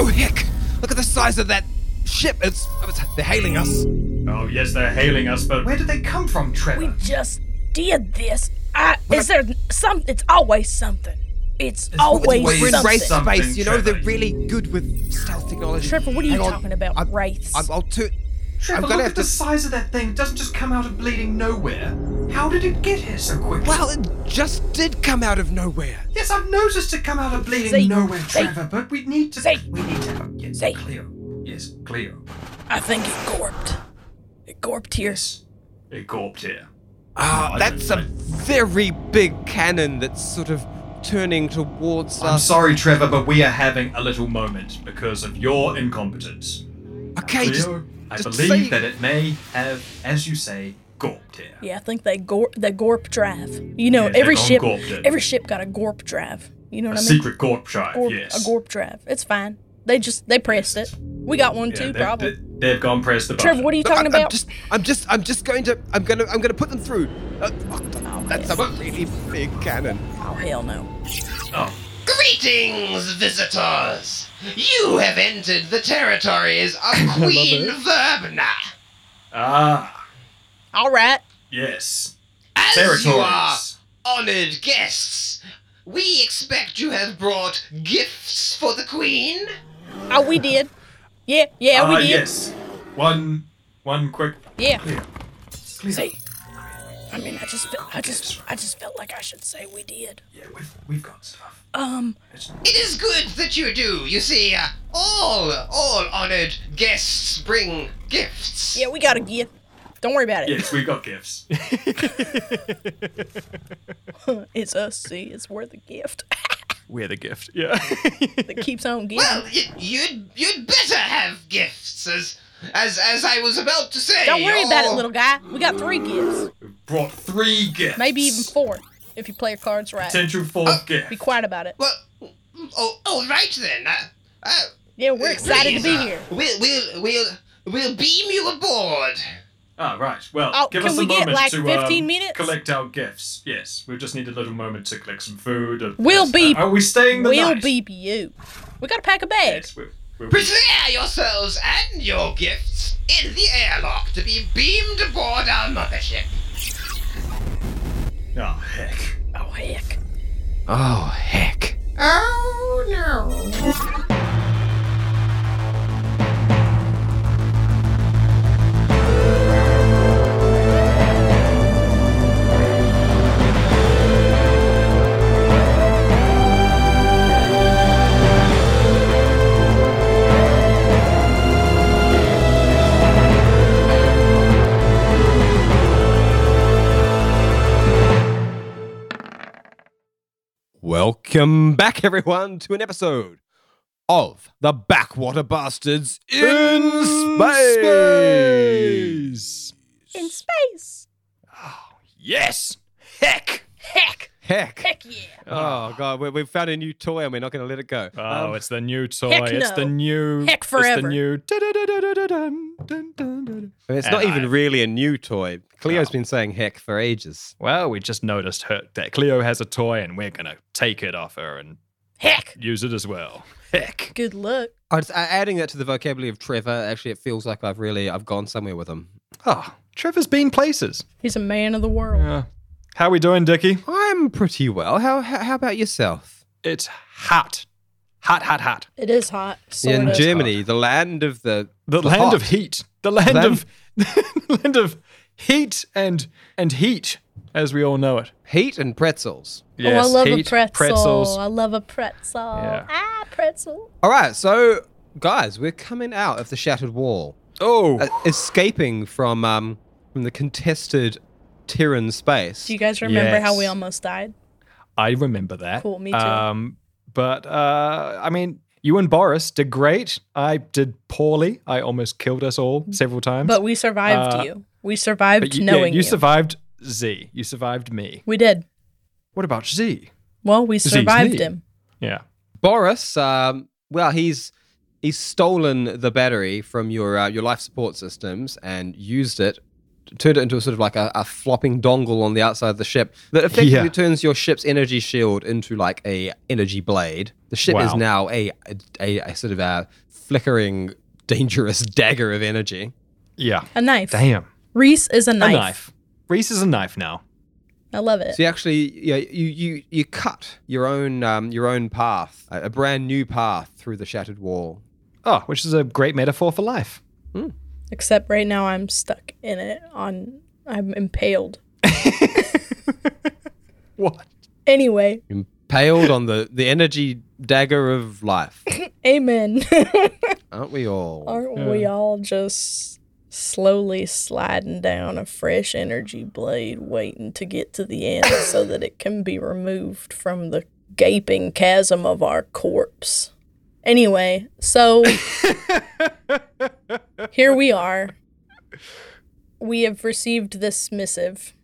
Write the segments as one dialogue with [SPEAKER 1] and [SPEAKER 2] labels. [SPEAKER 1] Oh, Look at the size of that ship. It's, it's they're hailing us.
[SPEAKER 2] Oh, yes, they're hailing us, but where did they come from, Trevor?
[SPEAKER 3] We just did this. I, is there some? It's always something. It's, always,
[SPEAKER 2] always
[SPEAKER 1] We're in
[SPEAKER 3] something.
[SPEAKER 1] race
[SPEAKER 2] Something,
[SPEAKER 1] space. You know they're
[SPEAKER 2] Trevor.
[SPEAKER 1] really good with stealth technology.
[SPEAKER 3] Trevor, what are you
[SPEAKER 1] Hang on.
[SPEAKER 3] talking about?
[SPEAKER 1] I'm-
[SPEAKER 3] Wraiths.
[SPEAKER 1] I'm, I'll turn.
[SPEAKER 2] Trevor,
[SPEAKER 1] I'm
[SPEAKER 2] look
[SPEAKER 1] gonna
[SPEAKER 2] at
[SPEAKER 1] have
[SPEAKER 2] the
[SPEAKER 1] to-
[SPEAKER 2] size of that thing. It doesn't just come out of bleeding nowhere. How did it get here so quickly?
[SPEAKER 1] Well, it just did come out of nowhere.
[SPEAKER 2] yes, I've noticed it come out of bleeding
[SPEAKER 3] Zeke,
[SPEAKER 2] nowhere,
[SPEAKER 3] Zeke,
[SPEAKER 2] Trevor, but we need to.
[SPEAKER 3] Zeke,
[SPEAKER 2] we need to have. Yes,
[SPEAKER 3] Zeke.
[SPEAKER 2] Cleo. Yes, Cleo.
[SPEAKER 3] I think it gorped. It gorped here.
[SPEAKER 2] Yes. It corped here.
[SPEAKER 1] Ah,
[SPEAKER 2] I
[SPEAKER 1] that's
[SPEAKER 2] don't
[SPEAKER 1] a
[SPEAKER 2] know.
[SPEAKER 1] very big cannon that's sort of turning towards
[SPEAKER 2] I'm
[SPEAKER 1] us.
[SPEAKER 2] sorry, Trevor, but we are having a little moment because of your incompetence.
[SPEAKER 1] okay, just,
[SPEAKER 2] Cleo, I
[SPEAKER 1] just
[SPEAKER 2] believe
[SPEAKER 1] say-
[SPEAKER 2] that it may have, as you say, gulped here.
[SPEAKER 3] Yeah, I think they gorp they gorp drive. You know,
[SPEAKER 2] Yeah, they
[SPEAKER 3] every
[SPEAKER 2] gone
[SPEAKER 3] ship
[SPEAKER 2] gorped it.
[SPEAKER 3] every ship got a gorp drive. You know
[SPEAKER 2] A
[SPEAKER 3] what I mean?
[SPEAKER 2] secret gorp drive,
[SPEAKER 3] Gorp-
[SPEAKER 2] yes.
[SPEAKER 3] A gorp drive. It's fine. They just they pressed it. We got one
[SPEAKER 2] Yeah,
[SPEAKER 3] too,
[SPEAKER 2] they-
[SPEAKER 3] probably.
[SPEAKER 2] They, have gone press the button.
[SPEAKER 3] Trevor, what are you
[SPEAKER 1] Look,
[SPEAKER 3] talking
[SPEAKER 1] I- I'm
[SPEAKER 3] about?
[SPEAKER 1] just, I'm just, I'm just going to, I'm gonna, I'm gonna put them through. Uh, oh, that's a really big cannon.
[SPEAKER 3] oh hell no.
[SPEAKER 2] Oh,
[SPEAKER 4] Greetings, visitors! You have entered the territories of Queen Verbna.
[SPEAKER 2] ah,
[SPEAKER 3] All right.
[SPEAKER 2] yes.
[SPEAKER 4] As you are
[SPEAKER 2] Territories.
[SPEAKER 4] honored guests, we expect you have brought gifts for the Queen.
[SPEAKER 3] Oh, we did. Yeah, yeah,
[SPEAKER 2] Ah,
[SPEAKER 3] we did.
[SPEAKER 2] yes. One, one quick.
[SPEAKER 3] Yeah.
[SPEAKER 2] Clear. Clear.
[SPEAKER 3] See, I mean, I just, felt, I just, I just felt like I should say we did.
[SPEAKER 2] Yeah, we've, we've got stuff.
[SPEAKER 3] Um,
[SPEAKER 2] It's-
[SPEAKER 4] It is good that you do. You see, uh, all, all honored guests bring gifts.
[SPEAKER 3] yeah, we got a gift. Don't worry about it.
[SPEAKER 2] yes, we've got gifts.
[SPEAKER 3] It's us. See, it's worth a gift
[SPEAKER 5] We're the gift. Yeah.
[SPEAKER 3] that keeps on giving.
[SPEAKER 4] Well, y- you'd you'd better have gifts, as as as I was about to say. Oh,
[SPEAKER 3] Don't worry about it,
[SPEAKER 4] or-
[SPEAKER 3] little guy. We got three gifts,
[SPEAKER 2] We've brought three gifts.
[SPEAKER 3] maybe even four, Oh, if you play your cards right.
[SPEAKER 2] Potential fourth gift.
[SPEAKER 3] Be quiet about it.
[SPEAKER 4] Well, oh, all right then. Uh, uh,
[SPEAKER 3] Yeah, we're excited to
[SPEAKER 4] please,
[SPEAKER 3] be
[SPEAKER 4] uh,
[SPEAKER 3] here.
[SPEAKER 4] We'll we'll we'll we'll beam you aboard.
[SPEAKER 2] Ah, right. Well,
[SPEAKER 3] Oh,
[SPEAKER 2] give
[SPEAKER 3] can
[SPEAKER 2] us a
[SPEAKER 3] we get,
[SPEAKER 2] moment
[SPEAKER 3] like,
[SPEAKER 2] to
[SPEAKER 3] 15
[SPEAKER 2] um,
[SPEAKER 3] minutes?
[SPEAKER 2] collect our gifts. Yes, we just need a little moment to collect some food. and-
[SPEAKER 3] We'll
[SPEAKER 2] yes.
[SPEAKER 3] be-
[SPEAKER 2] Uh, Are we staying the
[SPEAKER 3] We'll
[SPEAKER 2] night?
[SPEAKER 3] be you. We gotta pack a bag.
[SPEAKER 2] Yes, we'll, we'll be.
[SPEAKER 4] Prepare yourselves and your gifts in the airlock to be beamed aboard our mothership.
[SPEAKER 2] Oh heck!
[SPEAKER 3] Oh heck.
[SPEAKER 1] Oh heck!
[SPEAKER 4] Oh no.
[SPEAKER 1] Welcome back, everyone, to an episode of the Backwater Bastards in, space.
[SPEAKER 3] In space.
[SPEAKER 5] Yes. Heck.
[SPEAKER 3] Heck.
[SPEAKER 1] Heck!
[SPEAKER 3] Heck yeah.
[SPEAKER 1] Oh god, we, we've found a new toy and we're not going to let it go.
[SPEAKER 5] Oh,
[SPEAKER 1] Um,
[SPEAKER 5] it's the new toy.
[SPEAKER 3] heck
[SPEAKER 5] It's the
[SPEAKER 3] no.
[SPEAKER 5] new.
[SPEAKER 3] Heck
[SPEAKER 5] It's
[SPEAKER 3] forever.
[SPEAKER 5] the new. dun-dun-dun-dun-dun, dun-dun-dun.
[SPEAKER 1] it's
[SPEAKER 5] and
[SPEAKER 1] not even
[SPEAKER 5] I-
[SPEAKER 1] really a new toy. Cleo's been saying heck for ages.
[SPEAKER 5] Well, we just noticed her, that Cleo has a toy, and we're gonna take it off her and
[SPEAKER 3] Heck.
[SPEAKER 5] use it as well. Heck.
[SPEAKER 3] Good luck.
[SPEAKER 1] I was, uh, adding that to the vocabulary of Trevor, actually, it feels like I've really I've gone somewhere with him.
[SPEAKER 5] Oh, Trevor's been places.
[SPEAKER 3] He's a man of the world.
[SPEAKER 5] Yeah. How we doing, Dickie?
[SPEAKER 1] I'm pretty well. How how, how about yourself?
[SPEAKER 5] It's hot, hot, hot, hot.
[SPEAKER 3] It is hot. So
[SPEAKER 1] In
[SPEAKER 3] it is.
[SPEAKER 1] Germany, the land of the
[SPEAKER 5] The land of heat. The land
[SPEAKER 1] Land-
[SPEAKER 5] of land of heat and and heat, as we all know it.
[SPEAKER 1] heat and pretzels.
[SPEAKER 3] oh, I love
[SPEAKER 5] heat,
[SPEAKER 3] a pretzel.
[SPEAKER 5] pretzels.
[SPEAKER 3] I love a pretzel.
[SPEAKER 5] Yeah.
[SPEAKER 3] Ah, pretzel.
[SPEAKER 1] All right, so guys, we're coming out of the shattered wall,
[SPEAKER 5] Oh,
[SPEAKER 1] uh, escaping from um from the contested Terran space.
[SPEAKER 3] Do you guys remember how we
[SPEAKER 5] Yes.
[SPEAKER 3] almost died?
[SPEAKER 5] I remember that.
[SPEAKER 3] Cool, me too.
[SPEAKER 5] Um, but uh, I mean, you and Boris did great. I did poorly. I almost killed us all several times.
[SPEAKER 3] But we survived
[SPEAKER 5] Uh,
[SPEAKER 3] you. We survived
[SPEAKER 5] But you, yeah,
[SPEAKER 3] knowing
[SPEAKER 5] you
[SPEAKER 3] you.
[SPEAKER 5] survived Z. You survived me.
[SPEAKER 3] we did.
[SPEAKER 5] What about Z?
[SPEAKER 3] Well, we
[SPEAKER 5] Disease
[SPEAKER 3] survived
[SPEAKER 5] me.
[SPEAKER 3] him.
[SPEAKER 5] Yeah.
[SPEAKER 1] Boris, um, well, he's he's stolen the battery from your uh, your life support systems and used it turned it into a sort of like a, a flopping dongle on the outside of the ship that effectively
[SPEAKER 5] Yeah.
[SPEAKER 1] turns your ship's energy shield into like a energy blade. The ship is
[SPEAKER 5] Wow.
[SPEAKER 1] now a, a a sort of a flickering, dangerous dagger of energy.
[SPEAKER 5] Yeah.
[SPEAKER 3] A knife.
[SPEAKER 5] Damn.
[SPEAKER 3] Reese is a knife.
[SPEAKER 5] A knife. Reese is a knife now.
[SPEAKER 3] I love it.
[SPEAKER 1] So you actually, yeah, you you you cut your own um, your own path, a, a brand new path through the shattered wall.
[SPEAKER 5] Oh, which is a great metaphor for life.
[SPEAKER 3] Except right now I'm stuck in it on I'm impaled.
[SPEAKER 5] What?
[SPEAKER 3] Anyway,
[SPEAKER 1] Impaled on the the energy dagger of life,
[SPEAKER 3] amen.
[SPEAKER 1] aren't we all?
[SPEAKER 3] Aren't we all just slowly sliding down a fresh energy blade waiting to get to the end so that it can be removed from the gaping chasm of our corpse. Anyway, so here we are. We have received this missive.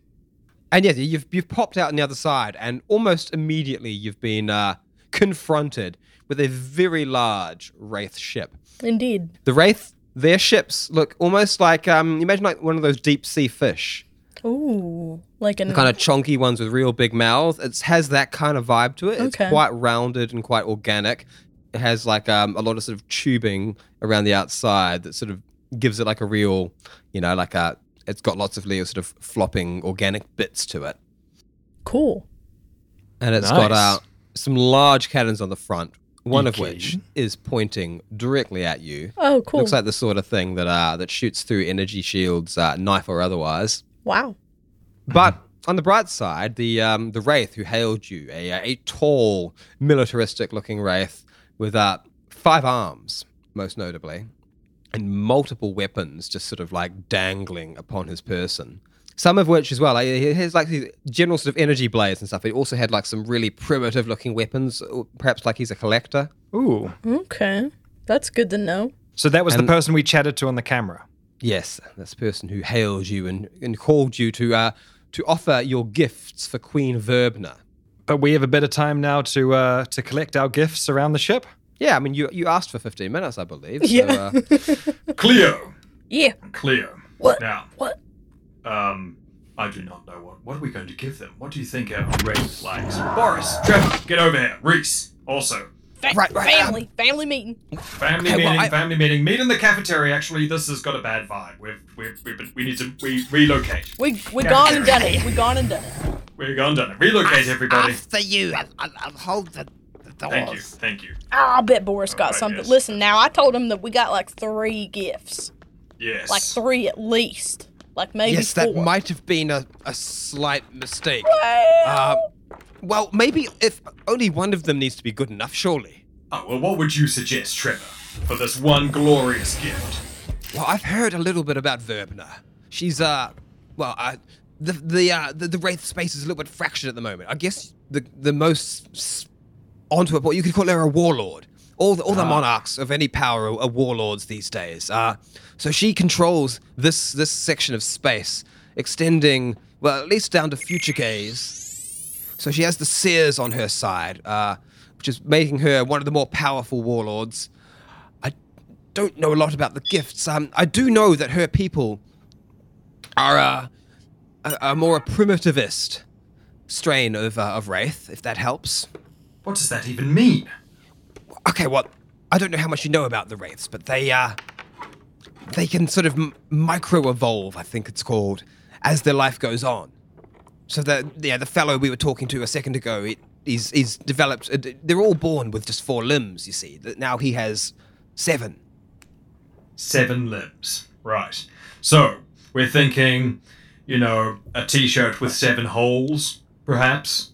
[SPEAKER 1] And yes, you've you've popped out on the other side, and almost immediately you've been uh, confronted with a very large wraith ship.
[SPEAKER 3] Indeed.
[SPEAKER 1] The wraith, their ships look almost like um, imagine like one of those deep sea fish,
[SPEAKER 3] Ooh, like an
[SPEAKER 1] the kind of chunky ones with real big mouths. It has that kind of vibe to it.
[SPEAKER 3] Okay.
[SPEAKER 1] It's quite rounded and quite organic. It has like um, a lot of sort of tubing around the outside that sort of gives it like a real, you know, like a. It's got lots of little sort of flopping organic bits to it.
[SPEAKER 3] cool.
[SPEAKER 1] and it's got
[SPEAKER 5] Nice.
[SPEAKER 1] uh, some large cannons on the front. One of
[SPEAKER 5] Okay.
[SPEAKER 1] which is pointing directly at you.
[SPEAKER 3] Oh, cool.
[SPEAKER 1] Looks like the sort of thing that uh, that shoots through energy shields, uh, knife or otherwise.
[SPEAKER 3] wow.
[SPEAKER 1] But on the bright side, the um, the wraith who hailed you, a, a tall, militaristic-looking wraith with uh, five arms, most notably, and multiple weapons just sort of like dangling upon his person. Some of which, as well, like, he has like these general sort of energy blades and stuff. He also had like some really primitive-looking weapons, or perhaps like he's a collector.
[SPEAKER 5] Ooh.
[SPEAKER 3] Okay. That's good to know.
[SPEAKER 5] So that was
[SPEAKER 1] And-
[SPEAKER 5] the person we chatted to on the camera.
[SPEAKER 1] Yes, that's the person who hailed you and, and called you to uh, to offer your gifts for Queen Verbna.
[SPEAKER 5] But we have a bit of time now to uh, to collect our gifts around the ship.
[SPEAKER 1] Yeah, I mean, you you asked for 15 minutes, I believe. So,
[SPEAKER 3] Yeah.
[SPEAKER 1] uh,
[SPEAKER 2] Cleo.
[SPEAKER 3] Yeah.
[SPEAKER 2] Cleo.
[SPEAKER 3] What?
[SPEAKER 2] Now,
[SPEAKER 3] What?
[SPEAKER 2] um, I do not know what. What are we going to give them? What do you think our red flags? Boris, Trevor, get over here. Reese, also.
[SPEAKER 3] Fa-
[SPEAKER 1] Right, right,
[SPEAKER 3] family. family meeting.
[SPEAKER 2] Family
[SPEAKER 1] Okay, well,
[SPEAKER 2] meeting.
[SPEAKER 1] I-
[SPEAKER 2] Family meeting. Meet in the cafeteria. Actually, this has got a bad vibe. We've we've, we've been, we need to we relocate.
[SPEAKER 3] We we
[SPEAKER 2] Yeah.
[SPEAKER 3] gone and done it. We gone and done it.
[SPEAKER 2] We're gone done it.
[SPEAKER 3] Ah,
[SPEAKER 2] Relocate everybody.
[SPEAKER 4] After you, I'll, I'll, I'll hold the, the doors.
[SPEAKER 2] Thank you. Thank you.
[SPEAKER 3] Ah, I bet Boris got
[SPEAKER 2] Alright,
[SPEAKER 3] something.
[SPEAKER 2] yes.
[SPEAKER 3] Listen, now I told him that we got like three gifts,
[SPEAKER 2] Yes.
[SPEAKER 3] like three at least, like maybe
[SPEAKER 1] yes,
[SPEAKER 3] four.
[SPEAKER 1] that might have been a, a slight mistake.
[SPEAKER 3] Well,
[SPEAKER 1] Uh, well, maybe if only one of them needs to be good enough, surely.
[SPEAKER 2] Oh well, what would you suggest, Trevor, for this one glorious gift?
[SPEAKER 1] Well, I've heard a little bit about Verbna. She's, uh, well, uh, the, the, uh, the, the Wraith space is a little bit fractured at the moment. I guess the, the most s- onto it, but you could call her a warlord. All the, all the monarchs of any power are, are warlords these days. Uh, so she controls this this section of space, extending well at least down to future gaze. So she has the seers on her side, uh, which is making her one of the more powerful warlords. I don't know a lot about the gifts. Um, I do know that her people are uh, a, a more primitivist strain of uh, of wraith, if that helps.
[SPEAKER 2] What does that even mean?
[SPEAKER 1] Okay, well, I don't know how much you know about the wraiths, but they uh, they can sort of m- micro evolve, I think it's called, as their life goes on. So the yeah, the fellow we were talking to a second ago, it, he's he's developed. uh, They're all born with just four limbs, you see. That Now he has seven.
[SPEAKER 2] Seven limbs. Right. So we're thinking, you know, a T-shirt with seven holes, perhaps.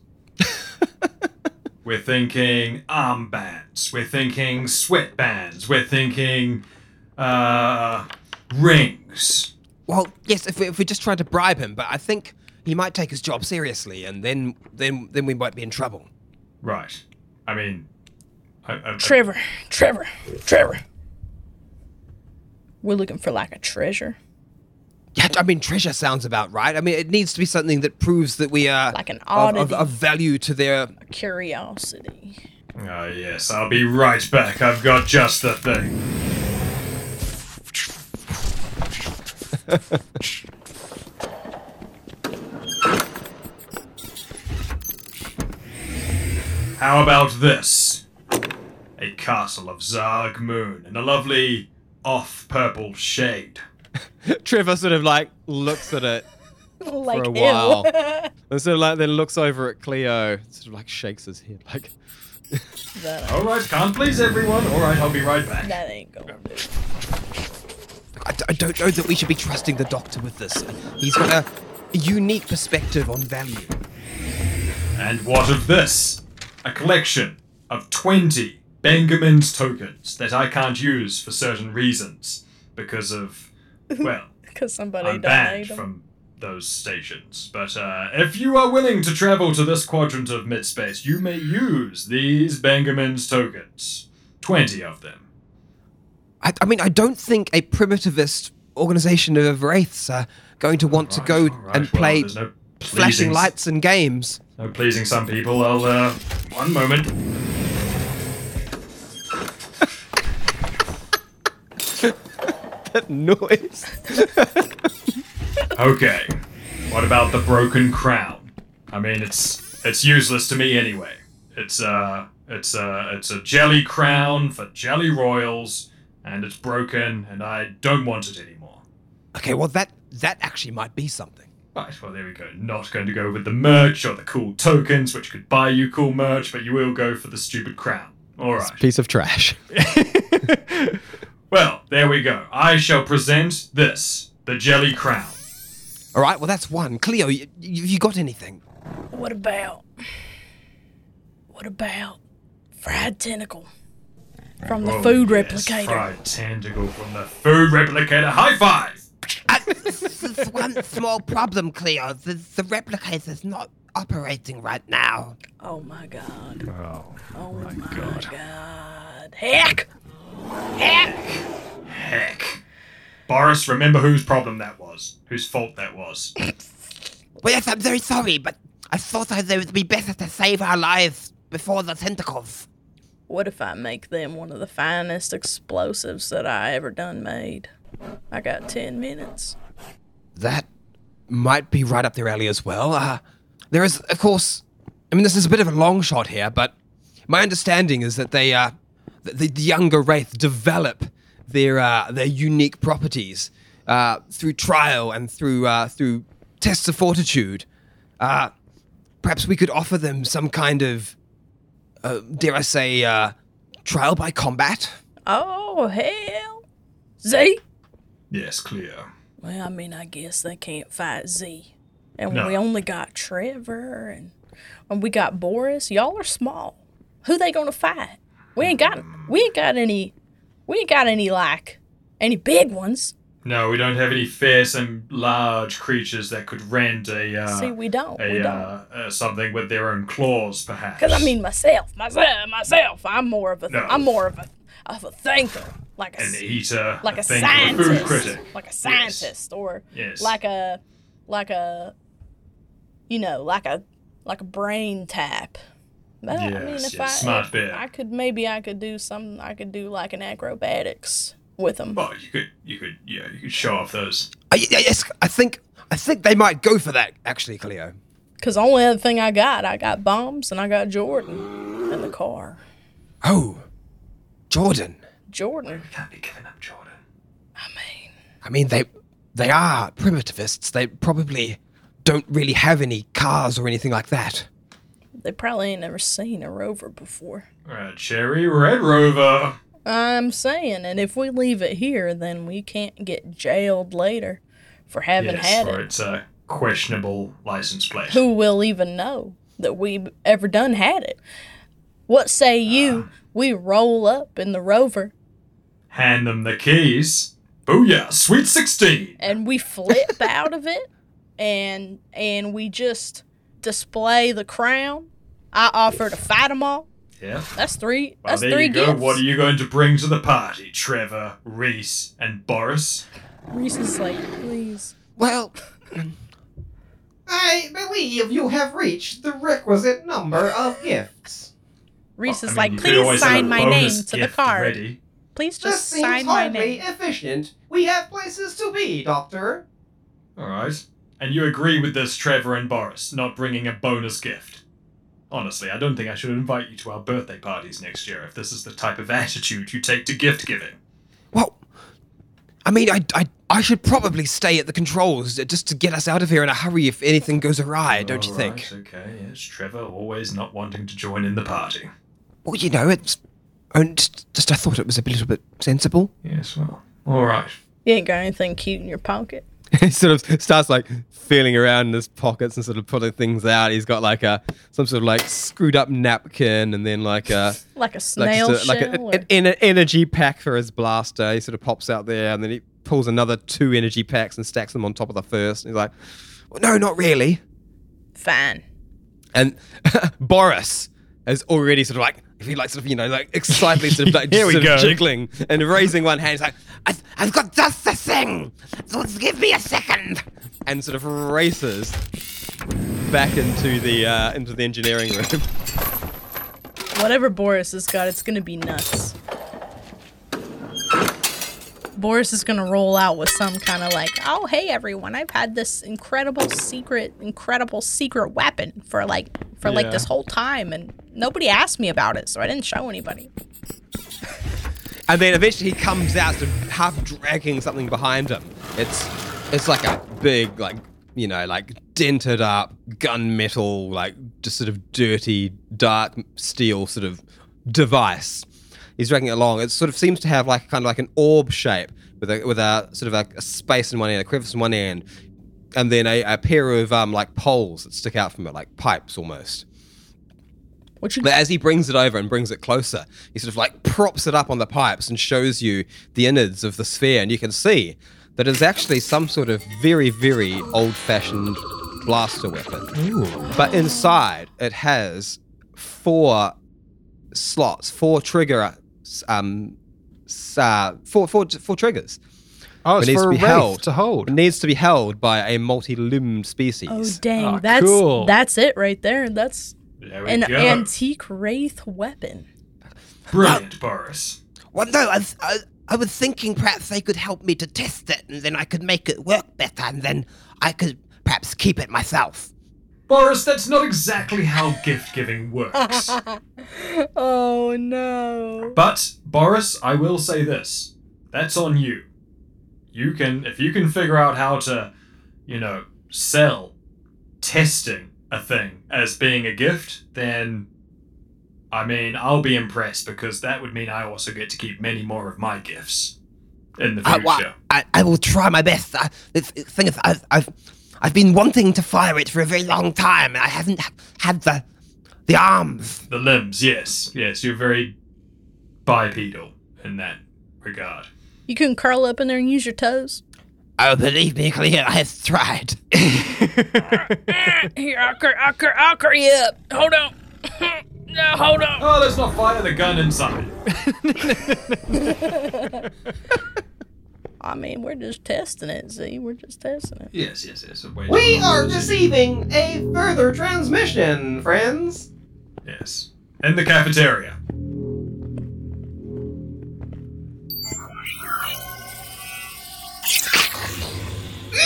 [SPEAKER 2] we're thinking armbands. We're thinking sweatbands. We're thinking uh, rings.
[SPEAKER 1] Well, yes, if, we, if we're just trying to bribe him, but I think he might take his job seriously, and then then then we might be in trouble.
[SPEAKER 2] Right. I mean, I, I, I-
[SPEAKER 3] Trevor, Trevor, Trevor. We're looking for like a treasure,
[SPEAKER 1] Yeah, I mean, treasure sounds about right. I mean, it needs to be something that proves that we are
[SPEAKER 3] Like an
[SPEAKER 1] of, of,
[SPEAKER 3] oddity.
[SPEAKER 1] of value to their.
[SPEAKER 3] curiosity.
[SPEAKER 2] Ah, yes, I'll be right back. I've got just the thing. How about this? A castle of Zarg Moon in a lovely off purple shade.
[SPEAKER 5] Trevor sort of like looks at it
[SPEAKER 3] like
[SPEAKER 5] for a
[SPEAKER 3] ew.
[SPEAKER 5] while. and sort of like then looks over at Cleo, sort of like shakes his head, like
[SPEAKER 3] that,
[SPEAKER 2] Alright, can't please everyone. Alright, I'll be right back.
[SPEAKER 3] that ain't gonna do.
[SPEAKER 1] I, d- I don't know that we should be trusting the doctor with this. He's got a unique perspective on value.
[SPEAKER 2] And what of this? A collection of 20 Benjamin's tokens that I can't use for certain reasons because of, well,
[SPEAKER 3] Because somebody
[SPEAKER 2] I'm
[SPEAKER 3] donated
[SPEAKER 2] banned
[SPEAKER 3] them.
[SPEAKER 2] from those stations. But uh, if you are willing to travel to this quadrant of midspace, you may use these Benjamin's tokens. 20 of them.
[SPEAKER 1] I, I mean, I don't think a primitivist organization of wraiths are going to want to go
[SPEAKER 2] Right, right,
[SPEAKER 1] and
[SPEAKER 2] well,
[SPEAKER 1] play
[SPEAKER 2] there's no
[SPEAKER 1] flashing
[SPEAKER 2] pleasing-
[SPEAKER 1] lights and games.
[SPEAKER 2] No pleasing some people. I'll, uh, one moment.
[SPEAKER 5] that noise.
[SPEAKER 2] Okay. What about the broken crown? I mean, it's it's useless to me anyway. It's uh it's uh it's a jelly crown for jelly royals, and it's broken, and I don't want it anymore.
[SPEAKER 1] Okay, well that that actually might be something.
[SPEAKER 2] Right, well there we go. Not going to go with the merch or the cool tokens, which could buy you cool merch, but you will go for the stupid crown. All right.
[SPEAKER 5] Piece of trash.
[SPEAKER 2] Well, there we go. I shall present this, the jelly crown.
[SPEAKER 1] All right, well that's one. Cleo, you, you, you got anything?
[SPEAKER 3] What about? What about fried tentacle from the
[SPEAKER 2] Oh,
[SPEAKER 3] food
[SPEAKER 2] yes,
[SPEAKER 3] replicator?
[SPEAKER 2] Fried tentacle from the food replicator. High five.
[SPEAKER 1] There's Uh, one small problem, Cleo. The, the replicator's not operating right now.
[SPEAKER 3] Oh my god! Oh, my, god. Heck! Heck!
[SPEAKER 2] Heck. Boris, remember whose problem that was, whose fault that was.
[SPEAKER 1] Well, yes, I'm very sorry, but I thought that it would be better to save our lives before the tentacles.
[SPEAKER 3] What if I make them one of the finest explosives that I ever done made? I got ten minutes.
[SPEAKER 1] That might be right up their alley as well. Uh, there is, of course, I mean, this is a bit of a long shot here, but my understanding is that they, uh, th- the, the younger wraith develop their uh, their unique properties uh, through trial and through uh, through tests of fortitude. Uh, perhaps we could offer them some kind of, uh, dare I say, uh, trial by combat.
[SPEAKER 3] Oh hell! Z.
[SPEAKER 2] Yes, clear.
[SPEAKER 3] Well, I mean, I guess they can't fight Z, and
[SPEAKER 2] No.
[SPEAKER 3] we only got Trevor and and we got Boris. Y'all are small. Who they gonna fight? We ain't got we ain't got any we ain't got any like any big ones.
[SPEAKER 2] No, we don't have any fearsome large creatures that could rend a uh,
[SPEAKER 3] See, we don't.
[SPEAKER 2] a
[SPEAKER 3] we don't.
[SPEAKER 2] uh, uh, something with their own claws, perhaps.
[SPEAKER 3] Cause I mean myself, myself, myself. I'm more of a
[SPEAKER 2] No.
[SPEAKER 3] am more of a of a thinker, like a
[SPEAKER 2] an
[SPEAKER 3] s-
[SPEAKER 2] eater,
[SPEAKER 3] like a
[SPEAKER 2] thinker, a food
[SPEAKER 3] scientist,
[SPEAKER 2] critic.
[SPEAKER 3] like a scientist, or
[SPEAKER 2] Yes.
[SPEAKER 3] like a like a you know like a like a brain tap. But I mean,
[SPEAKER 2] Yes,
[SPEAKER 3] if
[SPEAKER 2] yes,
[SPEAKER 3] I,
[SPEAKER 2] smart bear.
[SPEAKER 3] I could maybe I could do some. I could do like an acrobatics with them.
[SPEAKER 2] Well, you could, you could, yeah, you could show off those.
[SPEAKER 1] I, yes, I think I think they might go for that. Actually, Cleo.
[SPEAKER 3] Cause the only other thing I got, I got bombs and I got Jordan in the car.
[SPEAKER 1] Oh, Jordan.
[SPEAKER 3] Jordan,
[SPEAKER 2] Can't be giving up Jordan.
[SPEAKER 3] I mean,
[SPEAKER 1] I mean, they they are primitivists. They probably don't really have any cars or anything like that.
[SPEAKER 3] they probably ain't never seen a rover before.
[SPEAKER 2] Right, Uh, Cherry Red Rover.
[SPEAKER 3] I'm saying, and if we leave it here, then we can't get jailed later for having
[SPEAKER 2] yes,
[SPEAKER 3] had
[SPEAKER 2] for
[SPEAKER 3] it.
[SPEAKER 2] its uh, questionable license plate.
[SPEAKER 3] Who will even know that we ever done had it? What say you? We roll up in the rover
[SPEAKER 2] Hand them the keys. Booyah! Sweet 16!
[SPEAKER 3] and we flip out of it, and and we just display the crown. I offer to fight them all.
[SPEAKER 2] Yeah.
[SPEAKER 3] That's three.
[SPEAKER 2] Well,
[SPEAKER 3] that's
[SPEAKER 2] there
[SPEAKER 3] three
[SPEAKER 2] you go.
[SPEAKER 3] gifts.
[SPEAKER 2] What are you going to bring to the party, Trevor, Reese, and Boris?
[SPEAKER 3] Reese is like, please.
[SPEAKER 1] Well,
[SPEAKER 4] I believe you have reached the requisite number of gifts.
[SPEAKER 3] Reese is
[SPEAKER 2] Oh, I mean,
[SPEAKER 3] like,
[SPEAKER 2] you could
[SPEAKER 3] please
[SPEAKER 2] always have
[SPEAKER 3] sign
[SPEAKER 2] a
[SPEAKER 3] my name
[SPEAKER 2] bonus
[SPEAKER 3] to the
[SPEAKER 2] gift
[SPEAKER 3] card.
[SPEAKER 2] Ready.
[SPEAKER 3] Please
[SPEAKER 4] This
[SPEAKER 3] just
[SPEAKER 4] seems
[SPEAKER 3] sign my
[SPEAKER 4] hardly
[SPEAKER 3] name.
[SPEAKER 4] efficient. We have places to be, Doctor.
[SPEAKER 2] All right. And you agree with this, Trevor and Boris, not bringing a bonus gift. Honestly, I don't think I should invite you to our birthday parties next year if this is the type of attitude you take to gift giving.
[SPEAKER 6] Well, I mean, I, I, I should probably stay at the controls uh, just to get us out of here in a hurry if anything goes awry, don't you think?
[SPEAKER 2] Alright, Okay, yes, Trevor always not wanting to join in the party.
[SPEAKER 6] Well, you know, it's and just, just I thought it was a little bit sensible.
[SPEAKER 2] Yes, well, all right.
[SPEAKER 3] You ain't got anything cute in your pocket.
[SPEAKER 1] he sort of starts like feeling around in his pockets and sort of pulling things out. He's got like a some sort of like screwed up napkin and then like a
[SPEAKER 3] Like a
[SPEAKER 1] like,
[SPEAKER 3] snail
[SPEAKER 1] just a, like
[SPEAKER 3] shell.
[SPEAKER 1] a-
[SPEAKER 3] or-
[SPEAKER 1] an, an energy pack for his blaster. He sort of pops out there and then he pulls another two energy packs and stacks them on top of the first. And he's like,
[SPEAKER 6] Well, no, not really.
[SPEAKER 3] Fine.
[SPEAKER 1] and
[SPEAKER 6] Boris,
[SPEAKER 1] is already sort of like if he like sort of you know like excitedly sort of like
[SPEAKER 5] Here
[SPEAKER 1] just
[SPEAKER 5] we
[SPEAKER 1] sort of
[SPEAKER 5] go.
[SPEAKER 1] jiggling and raising one hand. He's like,
[SPEAKER 6] I, I've got just the thing. So give me a second.
[SPEAKER 1] and sort of races back into the uh, into the engineering room.
[SPEAKER 3] Whatever Boris has got, it's gonna be nuts. Boris is gonna roll out with some kind of like, oh hey everyone, I've had this incredible secret, incredible secret weapon for like for like
[SPEAKER 5] Yeah.
[SPEAKER 3] this whole time, and nobody asked me about it, so I didn't show anybody.
[SPEAKER 1] And then eventually he comes out, sort of half dragging something behind him. It's it's like a big, like you know, like dented up gunmetal, like just sort of dirty, dark steel sort of device. He's dragging it along. It sort of seems to have like kind of like an orb shape with a with a sort of a, a space in one end, a crevice in one end, and then a, a pair of um like poles that stick out from it, like pipes almost.
[SPEAKER 3] What you
[SPEAKER 1] But as he brings it over and brings it closer, he sort of like props it up on the pipes and shows you the innards of the sphere, and you can see that it's actually some sort of very, very old fashioned blaster weapon. But inside, it has four slots, four trigger, um, s- uh, four, four, four triggers.
[SPEAKER 5] Oh,
[SPEAKER 1] It
[SPEAKER 5] it's
[SPEAKER 1] needs
[SPEAKER 5] for
[SPEAKER 1] to
[SPEAKER 5] a
[SPEAKER 1] be
[SPEAKER 5] wraith
[SPEAKER 1] held.
[SPEAKER 5] to hold.
[SPEAKER 1] It needs to be held by a multi limbed species.
[SPEAKER 3] Oh dang,
[SPEAKER 5] Ah,
[SPEAKER 3] that's
[SPEAKER 5] cool.
[SPEAKER 3] that's it right there. That's
[SPEAKER 2] There we
[SPEAKER 3] an
[SPEAKER 2] go.
[SPEAKER 3] antique wraith weapon.
[SPEAKER 2] Brilliant, Boris.
[SPEAKER 6] Well, no, I, was- I, I was thinking perhaps they could help me to test it, and then I could make it work better, and then I could perhaps keep it myself.
[SPEAKER 2] Boris, that's not exactly how gift giving works.
[SPEAKER 3] Oh no.
[SPEAKER 2] But Boris, I will say this: that's on you. You can, if you can figure out how to, you know, sell testing a thing as being a gift, then, I mean, I'll be impressed because that would mean I also get to keep many more of my gifts in the
[SPEAKER 6] I,
[SPEAKER 4] Ah,
[SPEAKER 2] future.
[SPEAKER 6] well, I, I will try my best. I, the th- thing is, I've, I've, I've been wanting to fire it for a very long time, and I haven't ha- had the, the arms.
[SPEAKER 2] The limbs, yes, yes, you're very bipedal in that regard.
[SPEAKER 3] You can curl up in there and use your toes.
[SPEAKER 6] Oh, believe me, Cleo, I have tried.
[SPEAKER 3] Here, I'll, cur- I'll, cur- I'll curl you up. Hold on. no, hold on.
[SPEAKER 2] Oh, let's not fire the gun inside.
[SPEAKER 3] I mean, we're just testing it, Z. We're just testing it.
[SPEAKER 2] Yes, yes, yes. wait.
[SPEAKER 4] We are receiving a further transmission, friends.
[SPEAKER 2] Yes. In the cafeteria.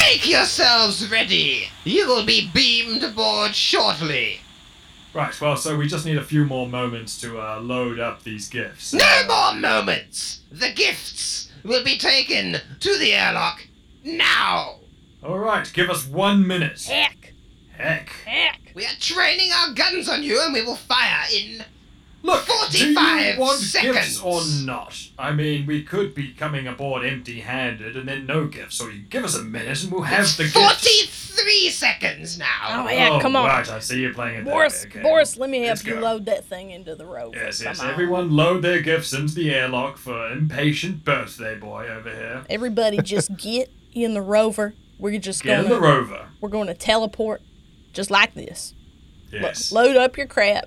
[SPEAKER 4] Make yourselves ready. You will be beamed aboard shortly.
[SPEAKER 2] Right, well, so we just need a few more moments to uh, load up these gifts.
[SPEAKER 4] No more moments. The gifts will be taken to the airlock now.
[SPEAKER 2] Alright, give us one minute.
[SPEAKER 3] Heck,
[SPEAKER 2] Heck.
[SPEAKER 3] heck.
[SPEAKER 4] We are training our guns on you and we will fire in.
[SPEAKER 2] Look, do you
[SPEAKER 4] 45
[SPEAKER 2] want
[SPEAKER 4] seconds.
[SPEAKER 2] gifts or not? I mean, we could be coming aboard empty handed and then no gifts, so you give us a minute and we'll have the gifts.
[SPEAKER 4] 43 seconds now.
[SPEAKER 3] Oh, yeah,
[SPEAKER 2] Oh,
[SPEAKER 3] come on.
[SPEAKER 2] Right, I see you're playing it that
[SPEAKER 3] Boris,
[SPEAKER 2] way, okay.
[SPEAKER 3] Boris, let me help
[SPEAKER 2] Let's
[SPEAKER 3] you
[SPEAKER 2] go.
[SPEAKER 3] load that thing into the rover.
[SPEAKER 2] Yes, yes,
[SPEAKER 3] Come on.
[SPEAKER 2] everyone load their gifts into the airlock for impatient birthday boy over here.
[SPEAKER 3] Everybody just get in the rover. We're just
[SPEAKER 2] Get in
[SPEAKER 3] gonna
[SPEAKER 2] the rover.
[SPEAKER 3] we're gonna teleport just like this. Lo-
[SPEAKER 2] Yes.
[SPEAKER 3] load up your crap.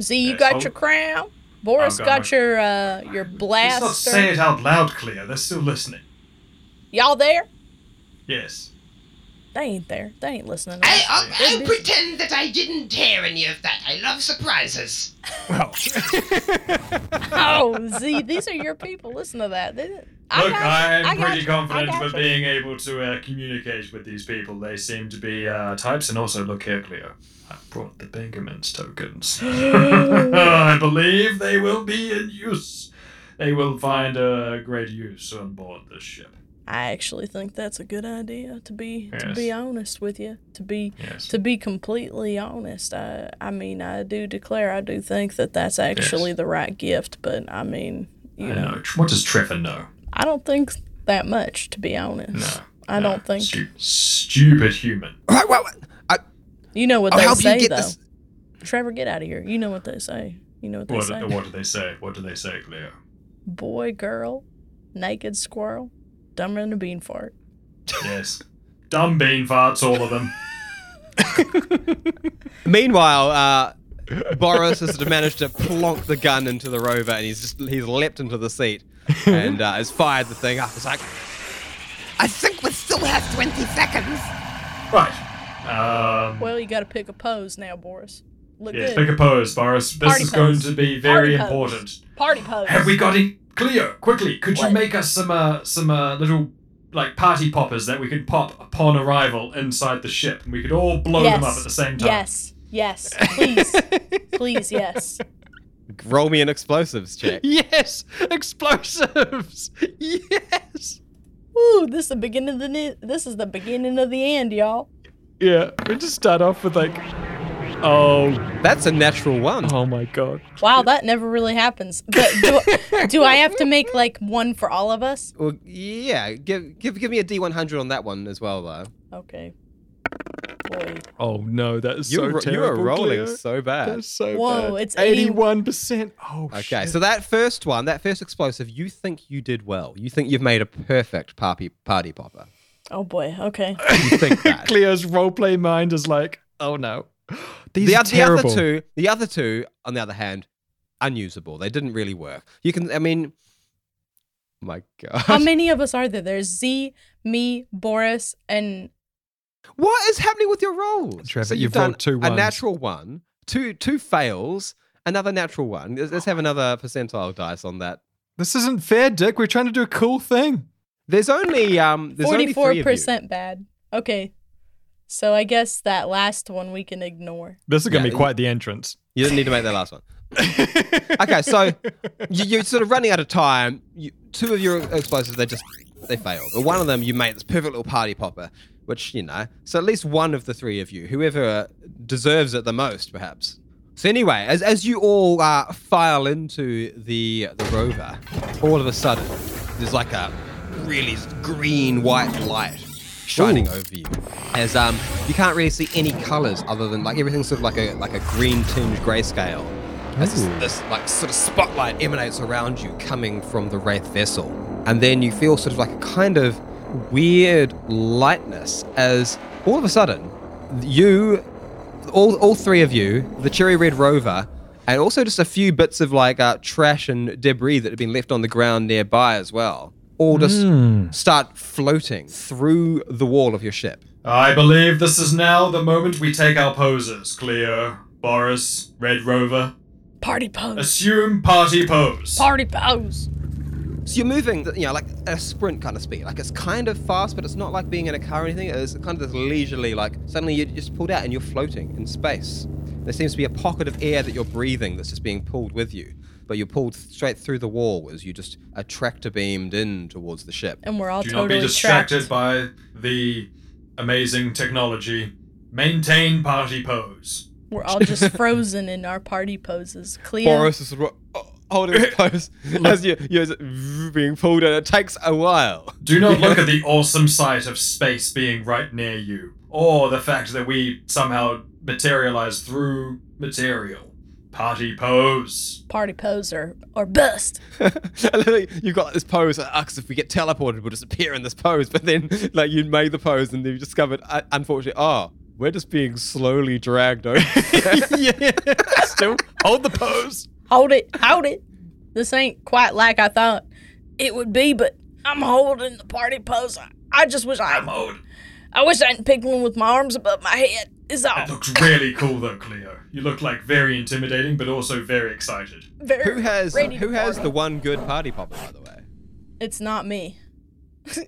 [SPEAKER 3] Z, you
[SPEAKER 2] Yes, Oh.
[SPEAKER 3] got
[SPEAKER 2] I'll-
[SPEAKER 3] your crown. Boris
[SPEAKER 2] I've got
[SPEAKER 3] got,
[SPEAKER 2] my-
[SPEAKER 3] your uh your
[SPEAKER 2] Let's not say
[SPEAKER 3] blaster.
[SPEAKER 2] it out loud, Cleo. They're still listening.
[SPEAKER 3] Y'all there?
[SPEAKER 2] Yes.
[SPEAKER 3] They ain't there. They ain't listening. To
[SPEAKER 4] I,
[SPEAKER 3] us.
[SPEAKER 4] I'll, I'll oh, pretend that I didn't hear any of that. I love surprises.
[SPEAKER 3] oh, Z, these are your people. Listen to that. They-
[SPEAKER 2] Look, I'm
[SPEAKER 3] got you. I got
[SPEAKER 2] pretty
[SPEAKER 3] you. I
[SPEAKER 2] confident
[SPEAKER 3] got
[SPEAKER 2] with
[SPEAKER 3] you.
[SPEAKER 2] being able to uh, communicate with these people. They seem to be uh, types, and also look here, Cleo. I brought the Bengamin's tokens. I believe they will be in use. They will find a great use on board this ship.
[SPEAKER 3] I actually think that's a good idea. To be to
[SPEAKER 2] Yes.
[SPEAKER 3] be honest with you, to be
[SPEAKER 2] Yes.
[SPEAKER 3] to be completely honest, I I mean I do declare I do think that that's actually the right gift. But I mean, you
[SPEAKER 2] I
[SPEAKER 3] know,
[SPEAKER 2] know. What does Trevor know?
[SPEAKER 3] I don't think that much. To be honest,
[SPEAKER 2] No,
[SPEAKER 3] I
[SPEAKER 2] No,
[SPEAKER 3] don't think
[SPEAKER 2] Uh, stu- stupid human.
[SPEAKER 1] All right, well, I,
[SPEAKER 3] you know what
[SPEAKER 1] I'll
[SPEAKER 3] they
[SPEAKER 1] help
[SPEAKER 3] say
[SPEAKER 1] you get
[SPEAKER 3] though.
[SPEAKER 1] this.
[SPEAKER 3] Trevor, get out of here. You know what they say. You know what they
[SPEAKER 2] What,
[SPEAKER 3] say.
[SPEAKER 2] what do they say? What do they say, Cleo?
[SPEAKER 3] Boy, girl, naked squirrel, dumber than a bean fart.
[SPEAKER 2] Yes. Dumb bean farts, all of them.
[SPEAKER 1] Meanwhile, uh, Boris has managed to plonk the gun into the rover, and he's just he's leapt into the seat and uh, has fired the thing up. It's like
[SPEAKER 4] I think we still have 20 seconds.
[SPEAKER 2] Right. Um,
[SPEAKER 3] Well, you got to pick a pose now, Boris. Look
[SPEAKER 2] yes,
[SPEAKER 3] good.
[SPEAKER 2] pick a pose, Boris. This
[SPEAKER 3] Party
[SPEAKER 2] is going
[SPEAKER 3] pose.
[SPEAKER 2] to be very
[SPEAKER 3] Party pose.
[SPEAKER 2] important.
[SPEAKER 3] Party pose.
[SPEAKER 2] Have we got it? Cleo, quickly, could
[SPEAKER 3] What?
[SPEAKER 2] you make us some uh, some uh, little like party poppers that we can pop upon arrival inside the ship, and we could all blow them up at the same time?
[SPEAKER 3] Yes. Yes. Please. Please, yes.
[SPEAKER 1] roll me an explosives check.
[SPEAKER 5] Yes, explosives. Yes.
[SPEAKER 3] Woo, this is the beginning of the ni- this is the beginning of the end, y'all.
[SPEAKER 5] Yeah, we just start off with like, oh,
[SPEAKER 1] That's a natural one.
[SPEAKER 5] oh my god.
[SPEAKER 3] Wow, that never really happens. But do, do I have to make like one for all of us?
[SPEAKER 1] Well, yeah, give give give me a D one hundred on that one as well, though.
[SPEAKER 3] Okay. Boy.
[SPEAKER 5] Oh no, that is
[SPEAKER 1] You
[SPEAKER 5] so
[SPEAKER 1] were, you
[SPEAKER 5] terrible.
[SPEAKER 1] were rolling
[SPEAKER 5] Cleo.
[SPEAKER 1] so bad.
[SPEAKER 5] That's so
[SPEAKER 3] Whoa,
[SPEAKER 5] bad.
[SPEAKER 3] it's 80
[SPEAKER 5] eighty-one percent. Oh,
[SPEAKER 1] Okay,
[SPEAKER 5] shit.
[SPEAKER 1] so that first one, that first explosive, you think you did well. You think you've made a perfect party party popper.
[SPEAKER 3] Oh boy. Okay.
[SPEAKER 1] You think that.
[SPEAKER 5] Cleo's roleplay mind is like, oh no, these
[SPEAKER 1] the,
[SPEAKER 5] are
[SPEAKER 1] oth- the other
[SPEAKER 5] terrible.
[SPEAKER 1] two, the other two, on the other hand, unusable. They didn't really work. You can, I mean, my God,
[SPEAKER 3] How many of us are there? There's Z, me, Boris, and
[SPEAKER 1] what is happening with your rolls?
[SPEAKER 5] Trevor,
[SPEAKER 1] So
[SPEAKER 5] you've
[SPEAKER 1] done
[SPEAKER 5] rolled two
[SPEAKER 1] a
[SPEAKER 5] ones.
[SPEAKER 1] natural one, two two fails, another natural one. Let's, let's have another percentile dice on that.
[SPEAKER 5] This isn't fair, Dick. We're trying to do a cool thing.
[SPEAKER 1] There's only um, there's only three
[SPEAKER 3] forty-four
[SPEAKER 1] of you.
[SPEAKER 3] percent bad. Okay. So I guess that last one we can ignore.
[SPEAKER 5] This is gonna
[SPEAKER 1] Yeah,
[SPEAKER 5] be
[SPEAKER 1] you-
[SPEAKER 5] quite the entrance.
[SPEAKER 1] You didn't need to make that last one. okay, so you, you're sort of running out of time. You, two of your explosives, they just they failed. But one of them, you made this perfect little party popper, which you know. So at least one of the three of you, whoever deserves it the most, perhaps. So anyway, as, as you all uh, file into the the rover, all of a sudden there's like a really green white light shining over you. As um, you can't really see any colours other than like everything's sort of like a like a green tinge grayscale. As this, this like sort of spotlight emanates around you, coming from the wraith vessel, and then you feel sort of like a kind of weird lightness as all of a sudden you all, all three of you, the cherry red rover, and also just a few bits of like uh, trash and debris that had been left on the ground nearby as well, all just start floating through the wall of your ship.
[SPEAKER 2] I believe this is now the moment we take our poses. Cleo, Boris, Red Rover,
[SPEAKER 3] Party pose.
[SPEAKER 2] assume party pose.
[SPEAKER 3] Party pose.
[SPEAKER 1] So you're moving, you know, like at a sprint kind of speed. Like it's kind of fast, but it's not like being in a car or anything. It's kind of this leisurely, like suddenly you're just pulled out and you're floating in space. There seems to be a pocket of air that you're breathing that's just being pulled with you, but you're pulled straight through the wall as you just are tractor beamed in towards the ship.
[SPEAKER 3] And we're all
[SPEAKER 2] Do not
[SPEAKER 3] totally
[SPEAKER 2] be distracted
[SPEAKER 3] trapped.
[SPEAKER 2] by the amazing technology. Maintain party pose.
[SPEAKER 3] We're all just frozen in our party poses. Cleo.
[SPEAKER 1] Boris is ro- holding his pose as you, you're being pulled, and it takes a while.
[SPEAKER 2] Do not look at the awesome sight of space being right near you, or the fact that we somehow materialize through material. Party pose.
[SPEAKER 3] Party pose or, or bust.
[SPEAKER 1] You've got this pose, like, "Ugh, if we get teleported, we'll just appear in this pose. But then, like, you made the pose, and then you discovered, uh, unfortunately, oh, we're just being slowly dragged over.
[SPEAKER 5] yeah, still hold the pose.
[SPEAKER 3] Hold it. Hold it. This ain't quite like I thought it would be, but I'm holding the party pose. I, I just wish I
[SPEAKER 2] Mode.
[SPEAKER 3] I wish I hadn't picked one with my arms above my head. Is all
[SPEAKER 2] That looks really cool though, Cleo. You look like very intimidating, but also very excited.
[SPEAKER 3] very
[SPEAKER 1] Who has
[SPEAKER 3] ready
[SPEAKER 1] who
[SPEAKER 3] to
[SPEAKER 1] has the
[SPEAKER 3] party.
[SPEAKER 1] one good party popper, by the way?
[SPEAKER 3] It's not me.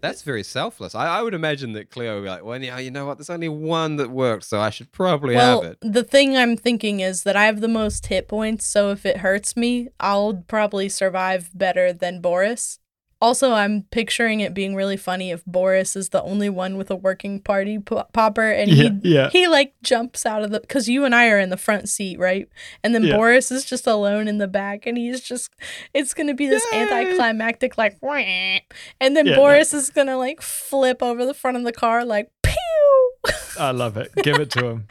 [SPEAKER 1] That's very selfless. I, I would imagine that Cleo would be like, well, yeah, you know what? There's only one that worked, so I should probably have
[SPEAKER 3] Well,
[SPEAKER 1] it.
[SPEAKER 3] the thing I'm thinking is that I have the most hit points, so if it hurts me, I'll probably survive better than Boris. Also, I'm picturing it being really funny if Boris is the only one with a working party po- popper and
[SPEAKER 5] Yeah,
[SPEAKER 3] he
[SPEAKER 5] yeah.
[SPEAKER 3] he like jumps out of the cuz you and I are in the front seat, right? And then
[SPEAKER 5] Yeah.
[SPEAKER 3] Boris is just alone in the back and he's just it's going to be this
[SPEAKER 1] Yay.
[SPEAKER 3] anticlimactic like "Wah." and then
[SPEAKER 5] Yeah, no.
[SPEAKER 3] Boris is going to like flip over the front of the car like pew.
[SPEAKER 5] I love it. Give it to him.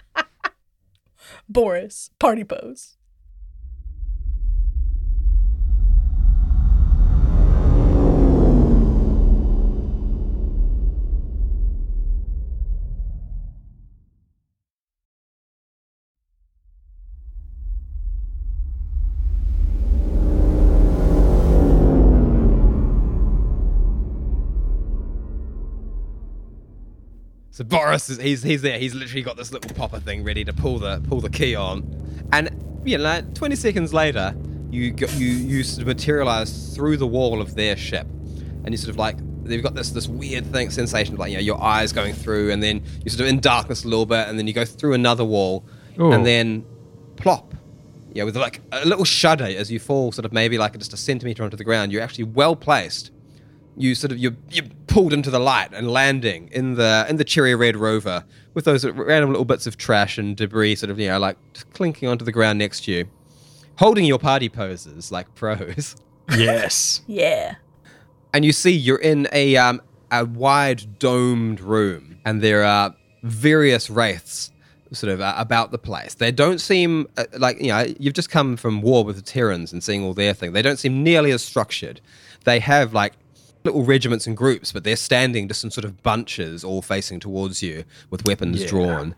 [SPEAKER 3] Boris party pose.
[SPEAKER 1] So Boris is he's he's there. He's literally got this little popper thing ready to pull the pull the key on, and you know, like 20 seconds later, you go, you you sort of materialize through the wall of their ship, and you sort of like they've got this this weird thing sensation of like you know your eyes going through, and then you're sort of in darkness a little bit, and then you go through another wall,
[SPEAKER 5] Ooh.
[SPEAKER 1] and then plop. Yeah, with like a little shudder as you fall, sort of maybe like just a centimeter onto the ground. You're actually well placed you sort of you you pulled into the light and landing in the in the cherry red rover with those random little bits of trash and debris sort of you know like just clinking onto the ground next to you holding your party poses like pros
[SPEAKER 5] Yes.
[SPEAKER 3] Yeah.
[SPEAKER 1] and you see you're in a um, a wide domed room, and there are various wraiths sort of uh, about the place. They don't seem uh, like you know you've just come from war with the Terrans and seeing all their thing. They don't seem nearly as structured. They have like little regiments and groups, but they're standing just in sort of bunches, all facing towards you with weapons drawn.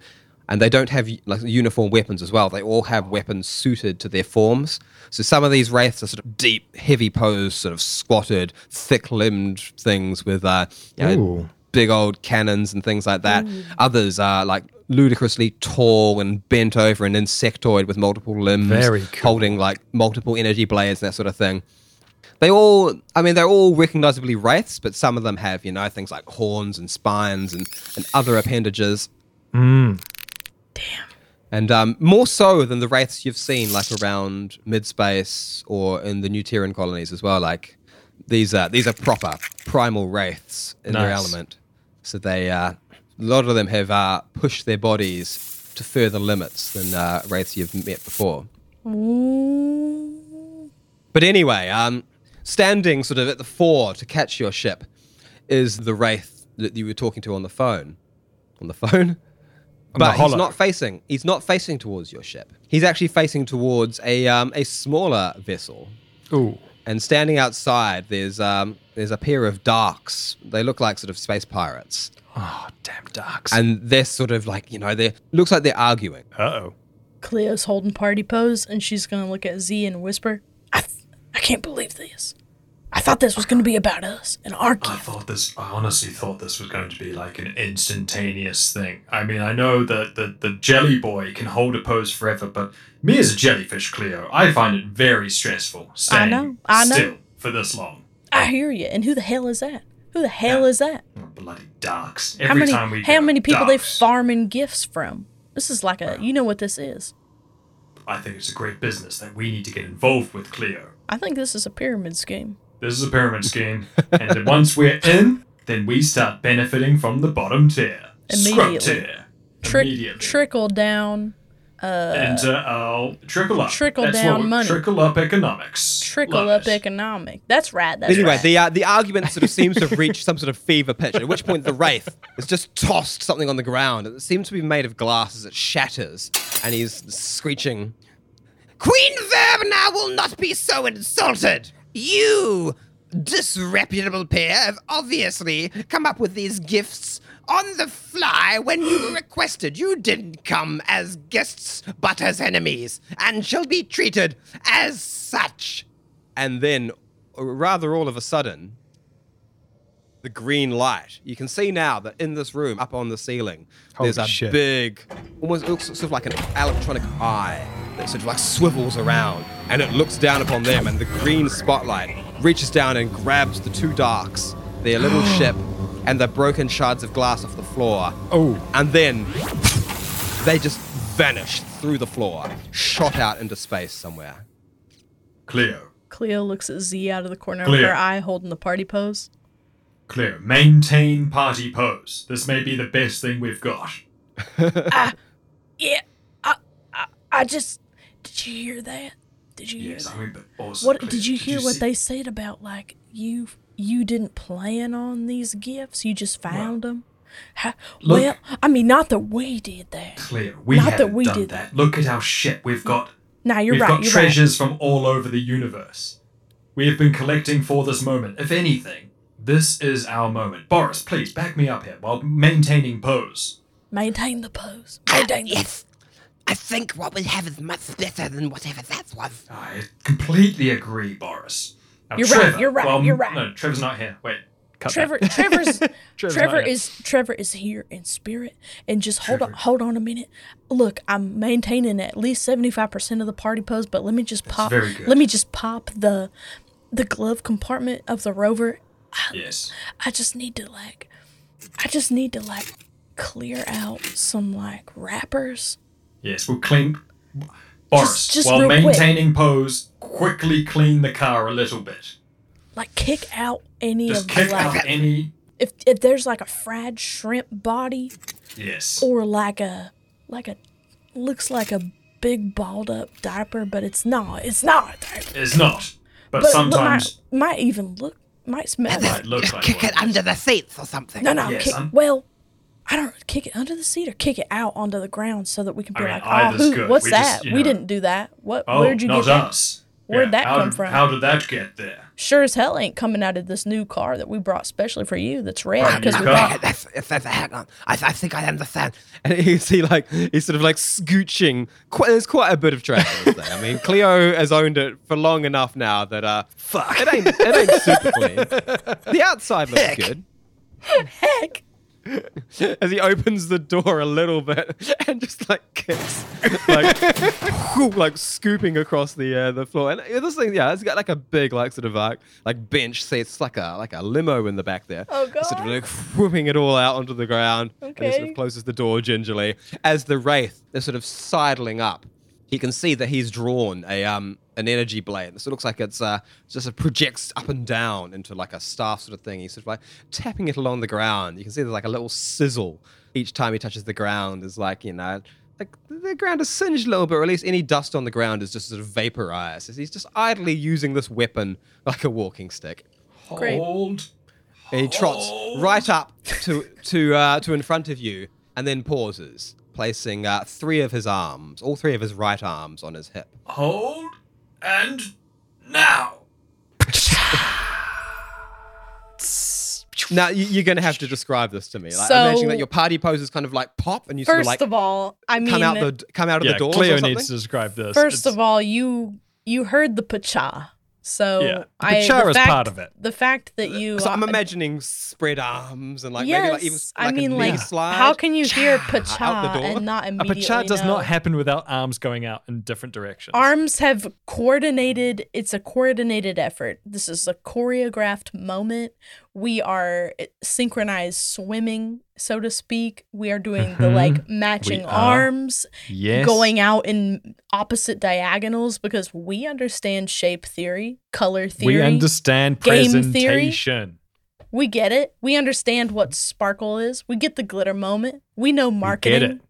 [SPEAKER 1] And they don't have like uniform weapons as well. They all have weapons suited to their forms. So some of these wraiths are sort of deep, heavy posed, sort of squatted, thick-limbed things with uh, you know,
[SPEAKER 5] Ooh.
[SPEAKER 1] big old cannons and things like that. Others are like ludicrously tall and bent over and insectoid with multiple limbs,
[SPEAKER 5] Very cool.
[SPEAKER 1] holding like multiple energy blades and that sort of thing. They all, I mean, they're all recognizably wraiths, but some of them have, you know, things like horns and spines and, and other appendages. And um, more so than the wraiths you've seen, like around mid-space or in the New Terran colonies as well. Like these are these are proper primal wraiths in their
[SPEAKER 5] Nice.
[SPEAKER 1] element. So they uh, a lot of them have uh, pushed their bodies to further limits than uh, wraiths you've met before. But anyway, um, standing sort of at the fore to catch your ship is the wraith that you were talking to on the phone. On the phone but he's
[SPEAKER 5] hollow.
[SPEAKER 1] not facing. He's not facing towards your ship. He's actually facing towards a um, a smaller vessel.
[SPEAKER 5] Ooh.
[SPEAKER 1] And standing outside, there's um, there's a pair of darks. They look like sort of space pirates,
[SPEAKER 5] Oh, damn darks.
[SPEAKER 1] and they're sort of like you know they looks like they're arguing.
[SPEAKER 5] Uh-oh.
[SPEAKER 3] Cleo's holding party pose, and she's gonna look at Z and whisper, "I, th- I can't believe this. I thought this was gonna be about us and our
[SPEAKER 2] I
[SPEAKER 3] gift.
[SPEAKER 2] thought this. I honestly thought this was going to be like an instantaneous thing. I mean, I know that the, the jelly boy can hold a pose forever, but me as a jellyfish, Cleo, I find it very stressful
[SPEAKER 3] I
[SPEAKER 2] staying
[SPEAKER 3] know, I know.
[SPEAKER 2] still for this long.
[SPEAKER 3] I hear you. And who the hell is that? Who the hell
[SPEAKER 2] Yeah.
[SPEAKER 3] is that?
[SPEAKER 2] Oh, bloody darks!
[SPEAKER 3] How
[SPEAKER 2] Every
[SPEAKER 3] many?
[SPEAKER 2] time we
[SPEAKER 3] how
[SPEAKER 2] go,
[SPEAKER 3] many people they
[SPEAKER 2] darks.
[SPEAKER 3] farming gifts from? This is like a. You know what this is?
[SPEAKER 2] I think it's a great business that we need to get involved with, Cleo.
[SPEAKER 3] I think this is a pyramid scheme.
[SPEAKER 2] This is a pyramid scheme, and then once we're in, then we start benefiting from the bottom tier, scrub
[SPEAKER 3] Immediately.
[SPEAKER 2] tier,
[SPEAKER 3] Trick,
[SPEAKER 2] immediately.
[SPEAKER 3] trickle down,
[SPEAKER 2] and uh, I'll trickle up.
[SPEAKER 3] trickle
[SPEAKER 2] That's
[SPEAKER 3] down
[SPEAKER 2] what we-
[SPEAKER 3] money.
[SPEAKER 2] Trickle up economics.
[SPEAKER 3] trickle
[SPEAKER 2] Love
[SPEAKER 3] up
[SPEAKER 2] it.
[SPEAKER 3] economic. That's right. That's
[SPEAKER 1] Anyway,
[SPEAKER 3] right.
[SPEAKER 1] the uh, the argument sort of seems to have reached some sort of fever pitch. At which point, the wraith has just tossed something on the ground. It seems to be made of glass as it shatters, and he's screeching,
[SPEAKER 4] Queen Verna will not be so insulted. You disreputable pair have obviously come up with these gifts on the fly when you were requested. You didn't come as guests, but as enemies, and shall be treated as such.
[SPEAKER 1] uh, and then, rather all of a sudden, the green light. You can see now that in this room, up on the ceiling, there's
[SPEAKER 5] Holy
[SPEAKER 1] a
[SPEAKER 5] shit.
[SPEAKER 1] big, almost looks sort of like an electronic eye that sort of like swivels around and it looks down upon them. And the green spotlight reaches down and grabs the two darks, their little ship, and the broken shards of glass off the floor.
[SPEAKER 5] Oh.
[SPEAKER 1] And then they just vanish through the floor, shot out into space somewhere.
[SPEAKER 2] Cleo.
[SPEAKER 3] Cleo looks at Z out of the corner
[SPEAKER 2] Cleo.
[SPEAKER 3] of her eye, holding the party pose.
[SPEAKER 2] Cleo. Maintain party pose. This may be the best thing we've got.
[SPEAKER 3] Yeah, I, I, I just. Did you hear that? Did you hear
[SPEAKER 2] Yes,
[SPEAKER 3] that?
[SPEAKER 2] I mean, but also.
[SPEAKER 3] What
[SPEAKER 2] Cleo,
[SPEAKER 3] did you hear? what
[SPEAKER 2] see-
[SPEAKER 3] they said about like you? You didn't plan on these gifts. You just found them.
[SPEAKER 2] look-
[SPEAKER 3] well, I mean, not that we did that.
[SPEAKER 2] Cleo, we
[SPEAKER 3] Not that
[SPEAKER 2] haven't
[SPEAKER 3] we
[SPEAKER 2] done
[SPEAKER 3] did-
[SPEAKER 2] that. Look at our ship. We've got
[SPEAKER 3] No, you're
[SPEAKER 2] We've
[SPEAKER 3] right.
[SPEAKER 2] got
[SPEAKER 3] you're
[SPEAKER 2] treasures from all over the universe. We have been collecting for this moment. If anything, this is our moment. Boris, please back me up here while maintaining pose.
[SPEAKER 3] right. Maintain the pose.
[SPEAKER 4] Ah,
[SPEAKER 3] Maintain the
[SPEAKER 4] yes. I think what we have is much better than whatever that was.
[SPEAKER 2] I completely agree, Boris. Now,
[SPEAKER 3] You're right,
[SPEAKER 2] Trevor,
[SPEAKER 3] you're right,
[SPEAKER 2] well,
[SPEAKER 3] you're right.
[SPEAKER 2] No, Trevor's not here. Wait.
[SPEAKER 5] Cut
[SPEAKER 3] Trevor, Trevor's,
[SPEAKER 5] Trevor's
[SPEAKER 3] Trevor
[SPEAKER 5] not here.
[SPEAKER 3] is Trevor is here in spirit, and just hold on, hold on a minute. Look, I'm maintaining at least seventy five percent of the party pose, but let me just pop.
[SPEAKER 2] very good.
[SPEAKER 3] Let me just pop the the glove compartment of the rover.
[SPEAKER 2] Yes.
[SPEAKER 3] I just need to like, I just need to like clear out some like wrappers.
[SPEAKER 2] Yes, we'll clean. Boris,
[SPEAKER 3] Just- just
[SPEAKER 2] while
[SPEAKER 3] real quick.
[SPEAKER 2] maintaining pose, quickly clean the car a little bit.
[SPEAKER 3] Like kick out any
[SPEAKER 2] Just
[SPEAKER 3] of
[SPEAKER 2] kick
[SPEAKER 3] the, like
[SPEAKER 2] out any.
[SPEAKER 3] if if there's like a fried shrimp body
[SPEAKER 2] Yes.
[SPEAKER 3] or like a like a looks like a big balled up diaper, but it's not. It's not. a diaper.
[SPEAKER 2] It's not. But,
[SPEAKER 3] But it
[SPEAKER 2] sometimes
[SPEAKER 3] might, might even look might smell like.
[SPEAKER 2] Oh, it looks like
[SPEAKER 4] Kick
[SPEAKER 2] one.
[SPEAKER 4] it under the seats or something.
[SPEAKER 3] No, no.
[SPEAKER 2] Yes,
[SPEAKER 3] kick,
[SPEAKER 2] I'm-
[SPEAKER 3] well, I don't kick it under the seat or kick it out onto the ground so that we can be
[SPEAKER 2] I mean,
[SPEAKER 3] like, oh,
[SPEAKER 2] either's
[SPEAKER 3] who,
[SPEAKER 2] good.
[SPEAKER 3] what's
[SPEAKER 2] We just,
[SPEAKER 3] that?
[SPEAKER 2] you
[SPEAKER 3] We
[SPEAKER 2] know-
[SPEAKER 3] didn't do that. What?
[SPEAKER 2] Oh,
[SPEAKER 3] where'd you
[SPEAKER 2] not
[SPEAKER 3] get that?
[SPEAKER 2] us.
[SPEAKER 3] Where'd that
[SPEAKER 2] how
[SPEAKER 3] come
[SPEAKER 2] did-
[SPEAKER 3] from?
[SPEAKER 2] How did that get there?
[SPEAKER 3] Sure as hell ain't coming out of this new car that we brought specially for you. That's red
[SPEAKER 2] Brand new
[SPEAKER 3] because we
[SPEAKER 2] car.
[SPEAKER 3] bought.
[SPEAKER 4] Okay, that's, that's, that's, hang on. I, I think I understand.
[SPEAKER 1] and you can see like he's sort of like scooching. Quite, there's quite a bit of traffic. isn't there? I mean, Cleo has owned it for long enough now that uh, fuck, it ain't it ain't super clean. The outside looks good.
[SPEAKER 3] Heck,
[SPEAKER 1] As he opens the door a little bit and just like kicks, like, whoop, like scooping across the uh, the floor. And uh, this thing, yeah, it's got like a big like sort of like like bench seat. It's like a like a limo in the back there.
[SPEAKER 3] Oh,
[SPEAKER 1] It's Sort of
[SPEAKER 3] God.
[SPEAKER 1] like whooping it all out onto the ground. And he sort
[SPEAKER 3] Okay.
[SPEAKER 1] of closes the door gingerly as the wraith is sort of sidling up. He can see that he's drawn a um an energy blade. So it looks like it's uh just a projects up and down into like a staff sort of thing. He's sort of like tapping it along the ground. You can see there's like a little sizzle each time he touches the ground. Is like you know like the ground is singed a little bit, or at least any dust on the ground is just sort of vaporized. He's just idly using this weapon like a walking stick.
[SPEAKER 3] Great.
[SPEAKER 2] Hold.
[SPEAKER 1] And he trots
[SPEAKER 5] Oh.
[SPEAKER 1] right up to to uh, to in front of you, and then pauses, placing uh, three of his arms, all three of his right arms, on his hip.
[SPEAKER 2] Hold. And now.
[SPEAKER 1] Now you, you're going to have to describe this to me. Like,
[SPEAKER 3] So-
[SPEAKER 1] I'm imagining that your party poses kind of like pop, and you sort of
[SPEAKER 3] first
[SPEAKER 1] like
[SPEAKER 3] of all, I mean,
[SPEAKER 1] come out the come out of
[SPEAKER 5] yeah,
[SPEAKER 1] the door.
[SPEAKER 5] Cleo
[SPEAKER 1] or something.
[SPEAKER 5] needs to describe this.
[SPEAKER 3] First
[SPEAKER 5] It's-
[SPEAKER 3] of all, you you heard the pacha, so
[SPEAKER 5] Yeah, the
[SPEAKER 3] I, the
[SPEAKER 5] pacha is
[SPEAKER 3] fact-
[SPEAKER 5] part of it.
[SPEAKER 3] The fact that you,
[SPEAKER 1] So I'm
[SPEAKER 3] uh,
[SPEAKER 1] imagining spread arms and like
[SPEAKER 3] yes,
[SPEAKER 1] maybe like even like
[SPEAKER 3] I mean,
[SPEAKER 1] a
[SPEAKER 3] like,
[SPEAKER 1] knee slide.
[SPEAKER 3] how can you hear
[SPEAKER 1] Cha! out the
[SPEAKER 3] pacha
[SPEAKER 1] door.
[SPEAKER 3] and not
[SPEAKER 5] a
[SPEAKER 3] immediately?
[SPEAKER 5] pachat does
[SPEAKER 3] know?
[SPEAKER 5] not happen without arms going out in different directions.
[SPEAKER 3] Arms have coordinated. It's a coordinated effort. This is a choreographed moment. We are eh, synchronized swimming, so to speak. We are doing the
[SPEAKER 5] Mhm.
[SPEAKER 3] like matching
[SPEAKER 5] are.
[SPEAKER 3] arms
[SPEAKER 5] yes.
[SPEAKER 3] going out in opposite diagonals because we understand shape theory, color theory.
[SPEAKER 5] We understand
[SPEAKER 3] game theory.
[SPEAKER 5] presentation.
[SPEAKER 3] We get it. We understand what sparkle is. We get the glitter moment. We know marketing.
[SPEAKER 5] it.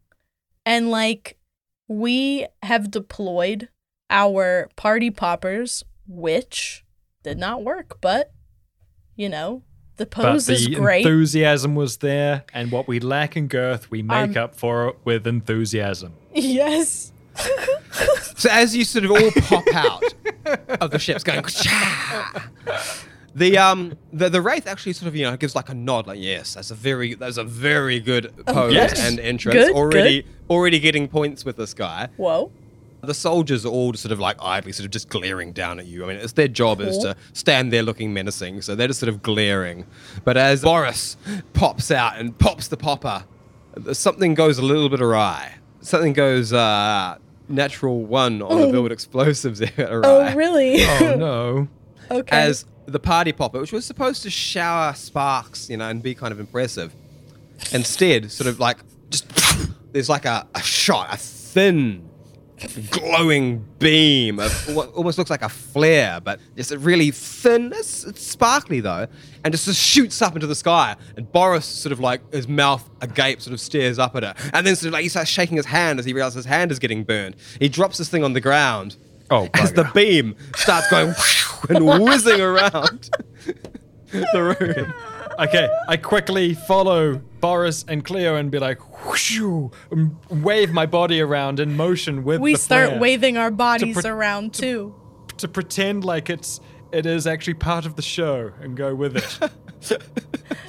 [SPEAKER 3] And like we have deployed our party poppers, which did not work, but you know, the pose
[SPEAKER 5] but
[SPEAKER 3] is
[SPEAKER 5] the
[SPEAKER 3] great.
[SPEAKER 5] enthusiasm was there, and what we lack in girth, we
[SPEAKER 3] Um,
[SPEAKER 5] make up for it with enthusiasm.
[SPEAKER 3] yes.
[SPEAKER 1] So as you sort of all pop out of the ships, going "Cha!" the um the, the wraith actually sort of you know gives like a nod, like yes, that's a very that's a very good pose
[SPEAKER 5] yes.
[SPEAKER 1] and entrance.
[SPEAKER 3] Oh, Good,
[SPEAKER 1] already already getting points with this guy.
[SPEAKER 3] Whoa.
[SPEAKER 1] The soldiers are all just sort of like idly, sort of just glaring down at you. I mean, it's their job is to stand there looking menacing, so they're just sort of glaring. But as Boris pops out and pops the popper, something goes a little bit awry. Something goes uh, natural one on the build explosives awry.
[SPEAKER 3] Oh, really?
[SPEAKER 5] Oh no.
[SPEAKER 3] okay.
[SPEAKER 1] As the party popper, which was supposed to shower sparks, you know, and be kind of impressive, instead, sort of like just there's like a, a shot, a thin, glowing beam of what almost looks like a flare, but just a really thin, it's, it's sparkly though, and just, just shoots up into the sky. And Boris sort of like his mouth agape, sort of stares up at it, and then sort of like he starts shaking his hand as he realizes his hand is getting burned. He drops this thing on the ground.
[SPEAKER 5] Oh,
[SPEAKER 1] As the beam starts going and whizzing around the room.
[SPEAKER 5] Okay, I quickly follow Boris and Cleo and be like, whoosh, and wave my body around in motion with
[SPEAKER 3] we
[SPEAKER 5] the
[SPEAKER 3] start
[SPEAKER 5] flare
[SPEAKER 3] waving our bodies
[SPEAKER 5] pro-
[SPEAKER 3] around too.
[SPEAKER 5] to pretend like it's it is actually part of the show and go with it.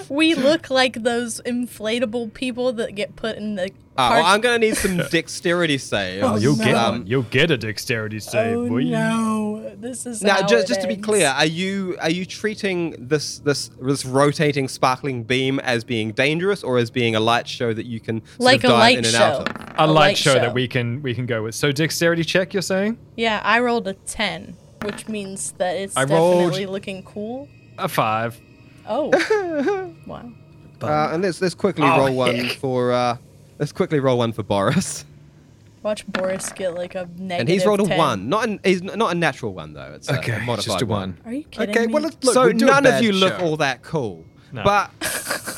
[SPEAKER 3] We look like those inflatable people that get put in the
[SPEAKER 1] Ah,
[SPEAKER 3] park-
[SPEAKER 1] well, I'm gonna need some dexterity saves.
[SPEAKER 3] Oh, you'll get
[SPEAKER 1] Um,
[SPEAKER 3] one.
[SPEAKER 5] you'll get a dexterity save,
[SPEAKER 3] Oh no! This is
[SPEAKER 1] now,
[SPEAKER 3] how
[SPEAKER 1] just,
[SPEAKER 3] it
[SPEAKER 1] just to be
[SPEAKER 3] ends.
[SPEAKER 1] clear, are you are you treating this this this rotating sparkling beam as being dangerous or as being a light show that you can sort of
[SPEAKER 3] like a
[SPEAKER 1] dive
[SPEAKER 3] light
[SPEAKER 1] in and
[SPEAKER 3] show,
[SPEAKER 1] out of?
[SPEAKER 5] A light show that we can we can go with. So dexterity check, you're saying?
[SPEAKER 3] Yeah, I rolled a ten, which means that it's
[SPEAKER 5] I rolled-
[SPEAKER 3] definitely looking cool.
[SPEAKER 5] A five.
[SPEAKER 3] Oh, wow!
[SPEAKER 1] Uh, and let's let's quickly roll one for uh, let's quickly roll one for Boris.
[SPEAKER 3] Watch Boris get like a negative.
[SPEAKER 1] And he's rolled a
[SPEAKER 3] 10.
[SPEAKER 1] one, not an, he's n- not a natural one though. It's a- a modified
[SPEAKER 5] just a one.
[SPEAKER 3] Are you kidding
[SPEAKER 5] Okay,
[SPEAKER 3] me?
[SPEAKER 5] well, let's- look,
[SPEAKER 1] so
[SPEAKER 5] we do a
[SPEAKER 1] none of
[SPEAKER 5] bad
[SPEAKER 1] you look
[SPEAKER 5] show.
[SPEAKER 1] all that cool.
[SPEAKER 5] No.
[SPEAKER 1] But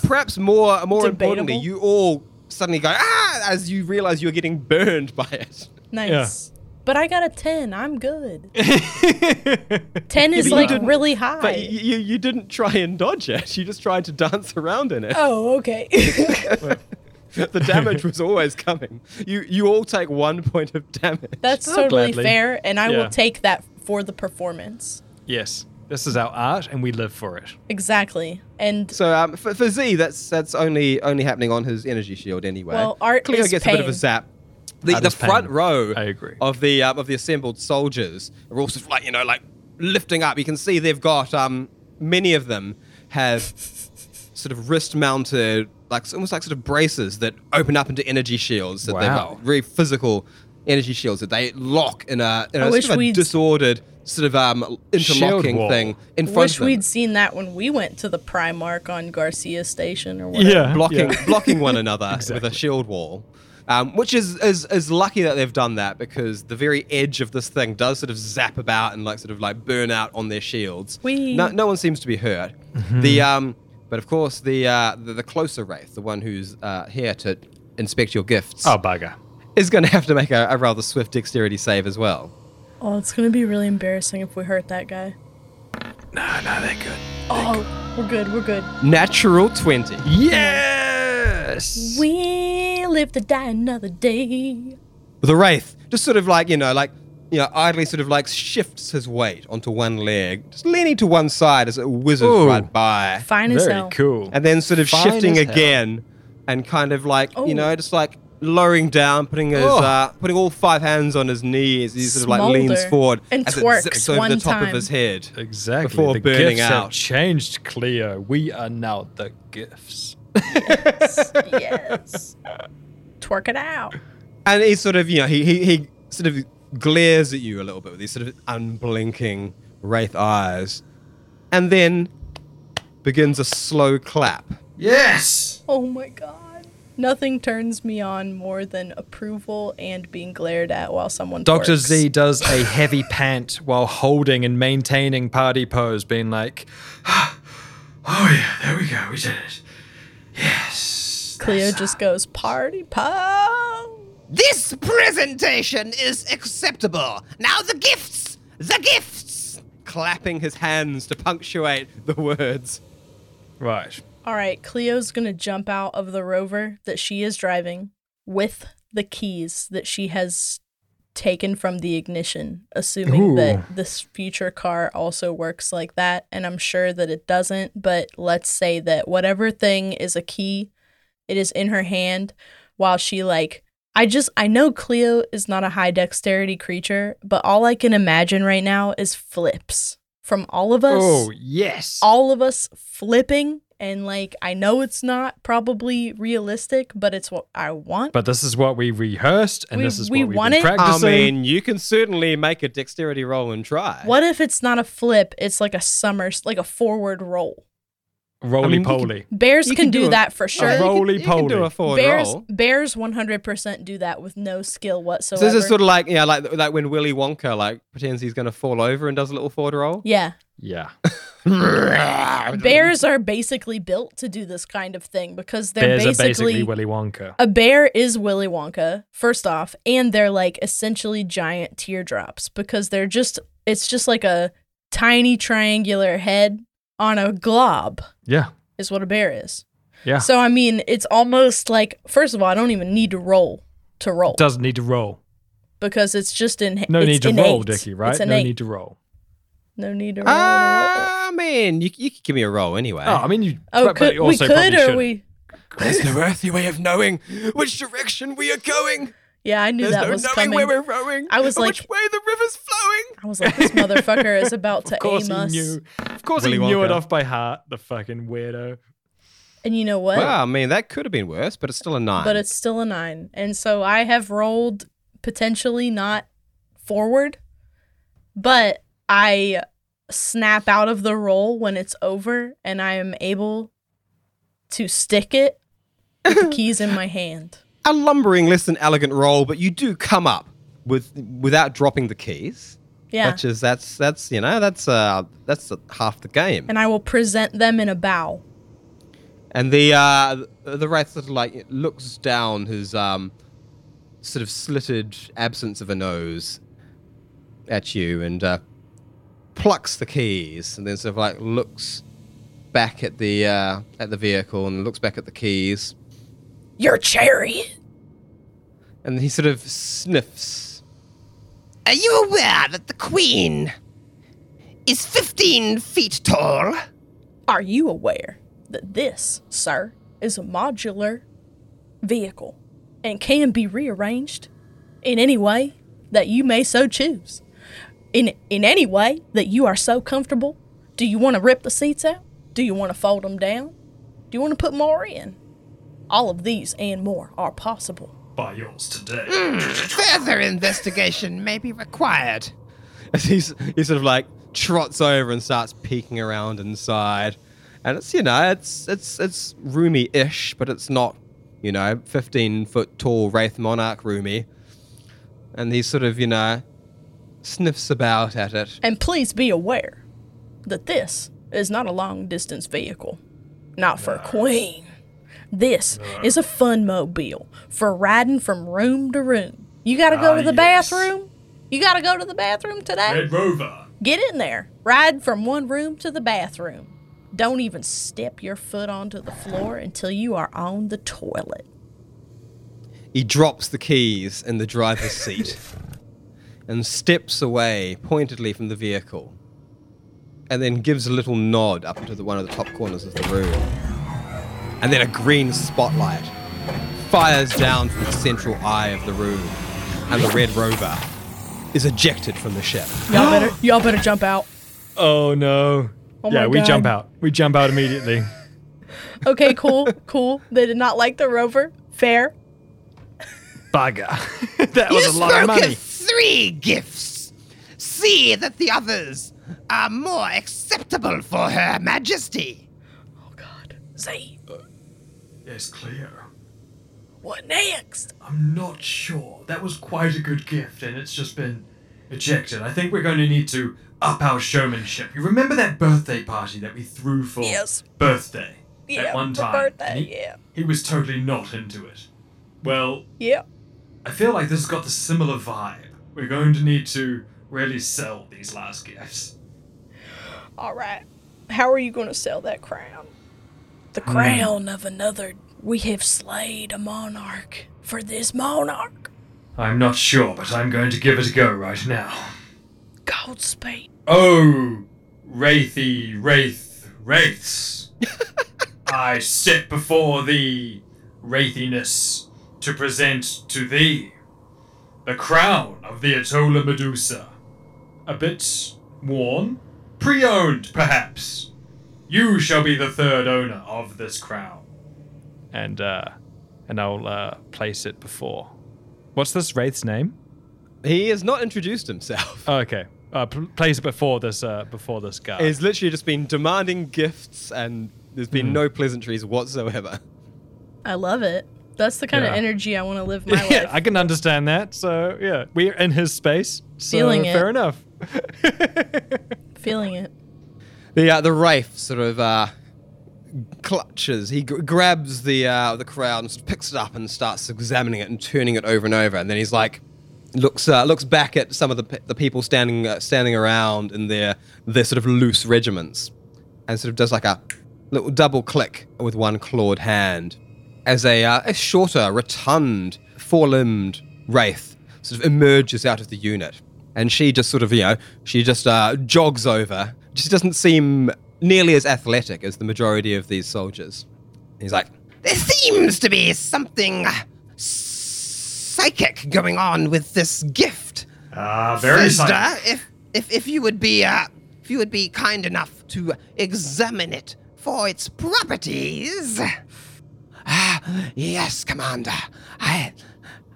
[SPEAKER 1] perhaps more more importantly,
[SPEAKER 3] Debatable.
[SPEAKER 1] you all suddenly go ah as you realize you're getting burned by it.
[SPEAKER 3] nice. But I got a ten. I'm good. ten is
[SPEAKER 1] but you
[SPEAKER 3] like
[SPEAKER 1] didn't-
[SPEAKER 3] really high.
[SPEAKER 1] But you, you you didn't try and dodge it. You just tried to dance around in it.
[SPEAKER 3] oh, okay.
[SPEAKER 1] the damage was always coming. You you all take one point of damage.
[SPEAKER 3] That's totally
[SPEAKER 5] gladly.
[SPEAKER 3] fair, and I
[SPEAKER 5] Yeah.
[SPEAKER 3] will take that for the performance.
[SPEAKER 5] Yes. This is our art and we live for it.
[SPEAKER 3] Exactly, and
[SPEAKER 1] so um, for, for Z, that's that's only only happening on his energy shield anyway.
[SPEAKER 3] Well, art
[SPEAKER 1] Cleo
[SPEAKER 3] is
[SPEAKER 1] gets a bit of a
[SPEAKER 3] pain.
[SPEAKER 1] zap. The,
[SPEAKER 5] Art
[SPEAKER 1] the
[SPEAKER 5] is pain.
[SPEAKER 1] front row
[SPEAKER 5] I agree.
[SPEAKER 1] of the um, of the assembled soldiers are all sort of like you know like lifting up. You can see they've got um, many of them have sort of wrist mounted like almost like sort of braces that open up into energy shields. That they've
[SPEAKER 5] Wow.
[SPEAKER 1] got very physical energy shields that they lock in a, in a
[SPEAKER 3] wish
[SPEAKER 1] sort of a
[SPEAKER 3] we'd-
[SPEAKER 1] disordered sort of um, interlocking
[SPEAKER 5] wall.
[SPEAKER 1] thing in front
[SPEAKER 3] wish
[SPEAKER 1] of them.
[SPEAKER 3] we'd seen that when we went to the Primark on Garcia Station or whatever.
[SPEAKER 5] Yeah.
[SPEAKER 1] blocking
[SPEAKER 5] yeah.
[SPEAKER 1] blocking one another with a shield wall. Um, which is, is is lucky that they've done that because the very edge of this thing does sort of zap about and like sort of like burn out on their shields.
[SPEAKER 3] Whee.
[SPEAKER 1] No, no one seems to be hurt.
[SPEAKER 5] Mm-hmm.
[SPEAKER 1] The um, but of course the uh, the, the closer wraith, the one who's uh, here to inspect your gifts,
[SPEAKER 5] Oh bugger.
[SPEAKER 1] is going to have to make a, a rather swift dexterity save as well.
[SPEAKER 3] Oh, it's gonna be really embarrassing if we hurt that guy.
[SPEAKER 5] No, no, they're good.
[SPEAKER 3] Oh, we're good. We're good.
[SPEAKER 1] Natural twenty.
[SPEAKER 5] Yes.
[SPEAKER 3] We live to die another day.
[SPEAKER 1] the wraith just sort of like you know like you know idly sort of like shifts his weight onto one leg just leaning to one side as it whizzes
[SPEAKER 5] Ooh.
[SPEAKER 1] right by
[SPEAKER 3] Fine as
[SPEAKER 5] Very
[SPEAKER 3] hell.
[SPEAKER 5] cool.
[SPEAKER 1] and then sort of
[SPEAKER 5] Fine
[SPEAKER 1] shifting
[SPEAKER 5] as hell.
[SPEAKER 1] again and kind of like you
[SPEAKER 3] Oh.
[SPEAKER 1] know just like lowering down putting his
[SPEAKER 5] Oh.
[SPEAKER 1] uh, putting all five hands on his knees he sort of like leans
[SPEAKER 3] Smolder.
[SPEAKER 1] forward
[SPEAKER 3] And
[SPEAKER 1] as
[SPEAKER 3] twerks
[SPEAKER 1] it zips over the
[SPEAKER 3] one
[SPEAKER 1] top of
[SPEAKER 3] time.
[SPEAKER 1] his head
[SPEAKER 5] Exactly.
[SPEAKER 1] Before
[SPEAKER 5] the
[SPEAKER 1] burning
[SPEAKER 5] gifts
[SPEAKER 1] out.
[SPEAKER 5] have changed, Cleo. We are now the gifts.
[SPEAKER 3] yes. Twerk it out.
[SPEAKER 1] and he sort of you know he, he he sort of glares at you a little bit with these sort of unblinking wraith eyes and then begins a slow clap
[SPEAKER 2] Yes!
[SPEAKER 3] Oh my god. Nothing turns me on more than approval and being glared at while someone.
[SPEAKER 5] Dr.
[SPEAKER 3] twerks.
[SPEAKER 5] Z does a heavy pant while holding and maintaining party pose, being like,
[SPEAKER 2] Oh yeah, there we go, we did it. Yes.
[SPEAKER 3] Cleo just goes party pop.
[SPEAKER 4] This presentation is acceptable. Now the gifts, the gifts.
[SPEAKER 1] clapping his hands to punctuate the words.
[SPEAKER 5] right.
[SPEAKER 3] All right, Cleo's going to jump out of the rover that she is driving with the keys that she has taken from the ignition, assuming
[SPEAKER 5] Ooh.
[SPEAKER 3] that this future car also works like that. And I'm sure that it doesn't, but let's say that whatever thing is a key, it is in her hand while she like I just I know Cleo is not a high dexterity creature, but all I can imagine right now is flips from all of us.
[SPEAKER 5] Oh, yes.
[SPEAKER 3] All of us flipping and like I know it's not probably realistic, but it's what I want.
[SPEAKER 5] But this is what we rehearsed, and
[SPEAKER 3] We-
[SPEAKER 5] this is
[SPEAKER 3] we
[SPEAKER 5] what we've
[SPEAKER 3] want
[SPEAKER 5] been
[SPEAKER 3] it. I
[SPEAKER 5] practicing.
[SPEAKER 1] I mean, you can certainly make a dexterity roll and try.
[SPEAKER 3] what if it's not a flip? It's like a summer, like a forward roll.
[SPEAKER 5] roly
[SPEAKER 1] I mean, you can-
[SPEAKER 5] poly.
[SPEAKER 3] Bears
[SPEAKER 1] You
[SPEAKER 3] can,
[SPEAKER 1] can
[SPEAKER 3] do,
[SPEAKER 1] do a-
[SPEAKER 3] that
[SPEAKER 1] Oh,
[SPEAKER 3] for
[SPEAKER 1] you
[SPEAKER 3] sure.
[SPEAKER 1] can-
[SPEAKER 5] Roly
[SPEAKER 1] you can do
[SPEAKER 5] poly.
[SPEAKER 1] a forward
[SPEAKER 3] Bears,
[SPEAKER 1] roll.
[SPEAKER 3] bears, one hundred percent do that with no skill whatsoever.
[SPEAKER 1] So this is sort of like yeah, like like when Willy Wonka like pretends he's gonna fall over and does a little forward roll.
[SPEAKER 3] yeah,
[SPEAKER 5] Yeah.
[SPEAKER 3] bears are basically built to do this kind of thing because they're
[SPEAKER 5] Bears are
[SPEAKER 3] basically,
[SPEAKER 5] basically Willy Wonka.
[SPEAKER 3] a bear is Willy Wonka first off, and they're like essentially giant teardrops because they're just it's just like a tiny triangular head on a glob
[SPEAKER 5] Yeah.
[SPEAKER 3] is what a bear is.
[SPEAKER 5] Yeah.
[SPEAKER 3] So I mean, it's almost like first of all, I don't even need to roll to roll
[SPEAKER 5] Doesn't need to roll.
[SPEAKER 3] because it's just in
[SPEAKER 5] No
[SPEAKER 3] it's
[SPEAKER 5] need to
[SPEAKER 3] innate.
[SPEAKER 5] roll, Dickie, right?
[SPEAKER 3] It's
[SPEAKER 5] No
[SPEAKER 3] innate.
[SPEAKER 5] need to roll.
[SPEAKER 3] no need to roll. to roll.
[SPEAKER 1] Ah man, you you could give me a roll anyway.
[SPEAKER 5] Oh, I mean, you. but-
[SPEAKER 3] Oh,
[SPEAKER 5] but
[SPEAKER 3] could,
[SPEAKER 5] you
[SPEAKER 3] we
[SPEAKER 5] also
[SPEAKER 3] could
[SPEAKER 5] probably
[SPEAKER 3] or
[SPEAKER 5] should.
[SPEAKER 3] we?
[SPEAKER 1] There's no earthly way of knowing which direction we are going.
[SPEAKER 3] Yeah, I knew
[SPEAKER 1] There's
[SPEAKER 3] that
[SPEAKER 1] no
[SPEAKER 3] was
[SPEAKER 1] knowing
[SPEAKER 3] coming.
[SPEAKER 1] where we're rowing.
[SPEAKER 3] I was
[SPEAKER 1] or
[SPEAKER 3] like-
[SPEAKER 1] which way the river's flowing.
[SPEAKER 3] I was like, this motherfucker is about to
[SPEAKER 5] Of course
[SPEAKER 3] aim
[SPEAKER 5] he
[SPEAKER 3] us.
[SPEAKER 5] knew. Of course
[SPEAKER 1] Willy
[SPEAKER 5] he knew it
[SPEAKER 1] Wonka.
[SPEAKER 5] off by heart. The fucking weirdo.
[SPEAKER 3] And you know what?
[SPEAKER 1] Well, I mean, that could have been worse, but it's still a nine.
[SPEAKER 3] but it's still a nine. And so I have rolled potentially not forward, but I snap out of the roll when it's over and I am able to stick it with the keys in my hand.
[SPEAKER 1] a lumbering, less than elegant roll, but you do come up with without dropping the keys.
[SPEAKER 3] Yeah.
[SPEAKER 1] Which is that's that's you know that's uh that's half the game.
[SPEAKER 3] and I will present them in a bow.
[SPEAKER 1] And the uh, the wraith sort of like looks down his um, sort of slitted absence of a nose at you and uh, plucks the keys and then sort of like looks back at the uh, at the vehicle and looks back at the keys
[SPEAKER 3] Your chariot.
[SPEAKER 1] and he sort of sniffs.
[SPEAKER 4] Are you aware that the queen is 15 feet tall?
[SPEAKER 3] Are you aware that this, sir, is a modular vehicle and can be rearranged in any way that you may so choose? In in any way that you are so comfortable? Do you want to rip the seats out? Do you want to fold them down? Do you want to put more in? All of these and more are possible.
[SPEAKER 2] By yours today.
[SPEAKER 3] Mm.
[SPEAKER 4] Further investigation may be required.
[SPEAKER 1] as he's he sort of like trots over and starts peeking around inside. And it's you know it's it's it's roomy-ish, but it's not you know 15 foot tall wraith monarch roomy. And he sort of you know sniffs about at it.
[SPEAKER 3] And please be aware that this is not a long distance vehicle. Not for a queen. This is a fun mobile for riding from room to room. You gotta go
[SPEAKER 2] Ah,
[SPEAKER 3] to the
[SPEAKER 2] yes.
[SPEAKER 3] bathroom? You gotta go to the bathroom today?
[SPEAKER 2] Red Rover.
[SPEAKER 3] Get in there. Ride from one room to the bathroom. Don't even step your foot onto the floor until you are on the toilet.
[SPEAKER 1] He drops the keys in the driver's seat and steps away pointedly from the vehicle. And then gives a little nod up into the, one of the top corners of the room. And then a green spotlight fires down from the central eye of the room. And the Red Rover is ejected from the ship.
[SPEAKER 3] Y'all better y'all better jump out.
[SPEAKER 5] Oh no.
[SPEAKER 3] Oh
[SPEAKER 5] yeah,
[SPEAKER 3] my
[SPEAKER 5] we
[SPEAKER 3] God.
[SPEAKER 5] jump out. We jump out immediately.
[SPEAKER 3] Okay, cool, cool. They did not like the rover. Fair.
[SPEAKER 5] Bugger. that was a lot of money.
[SPEAKER 4] three gifts. See that the others are more acceptable for Her Majesty.
[SPEAKER 3] Oh god. Zane.
[SPEAKER 2] Yes, clear.
[SPEAKER 3] What next?
[SPEAKER 2] I'm not sure. That was quite a good gift, and it's just been ejected. I think we're going to need to up our showmanship. You remember that birthday party that we threw for
[SPEAKER 3] Yes.
[SPEAKER 2] birthday?
[SPEAKER 3] Yeah,
[SPEAKER 2] at one
[SPEAKER 3] for
[SPEAKER 2] time.
[SPEAKER 3] birthday,
[SPEAKER 2] and he,
[SPEAKER 3] yeah.
[SPEAKER 2] He was totally not into it. Well,
[SPEAKER 3] Yeah.
[SPEAKER 2] I feel like this has got the similar vibe. We're going to need to really sell these last gifts.
[SPEAKER 3] All right. How are you going to sell that crown? The
[SPEAKER 1] Hmm.
[SPEAKER 3] crown of another. We have slayed a monarch for this monarch.
[SPEAKER 2] I'm not sure, but I'm going to give it a go right now.
[SPEAKER 3] Godspeed.
[SPEAKER 2] Oh, wraithy, wraith, wraiths. I sit before thee, wraithiness, to present to thee the crown of the Atola Medusa. A bit worn, pre owned, perhaps. You shall be the third owner of this crown.
[SPEAKER 5] and uh, and I'll uh, place it before. What's this wraith's name?
[SPEAKER 1] He has not introduced himself.
[SPEAKER 5] Oh, okay, uh, pl- place it before this uh, before this guy.
[SPEAKER 1] He's literally just been demanding gifts, and there's been no pleasantries whatsoever.
[SPEAKER 3] I love it. That's the kind
[SPEAKER 5] Yeah.
[SPEAKER 3] of energy I want to live my
[SPEAKER 5] yeah,
[SPEAKER 3] life.
[SPEAKER 5] I can understand that. So yeah, we're in his space. So
[SPEAKER 3] Feeling it.
[SPEAKER 5] fair enough.
[SPEAKER 3] Feeling it.
[SPEAKER 1] The uh, the Rafe sort of uh, clutches. He gr- grabs the uh, the crowd and sort of picks it up and starts examining it and turning it over and over. And then he's like, looks uh, looks back at some of the pe- the people standing uh, standing around in their their sort of loose regiments, and sort of does like a little double click with one clawed hand as a uh, a shorter, rotund, four limbed wraith sort of emerges out of the unit. And she just sort of, you know, she just uh, jogs over. She doesn't seem nearly as athletic as the majority of these soldiers. He's like,
[SPEAKER 4] There seems to be something psychic going on with this gift.
[SPEAKER 2] Ah, very
[SPEAKER 4] Sister,
[SPEAKER 2] silent.
[SPEAKER 4] if, if, if you would be uh, if you would be kind enough to examine it for its properties. Ah, yes, Commander. I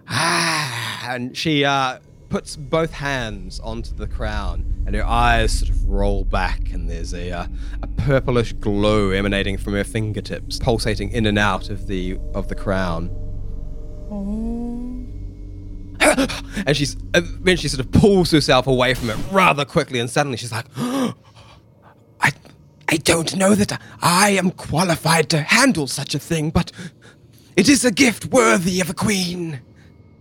[SPEAKER 1] ah, and she uh, puts both hands onto the crown, and her eyes sort of roll back, and there's a, uh, a purplish glow emanating from her fingertips, pulsating in and out of the of the crown. and she's then she sort of pulls herself away from it rather quickly, and suddenly she's like, I, I don't know that I am qualified to handle such a thing, but it is a gift worthy of a queen.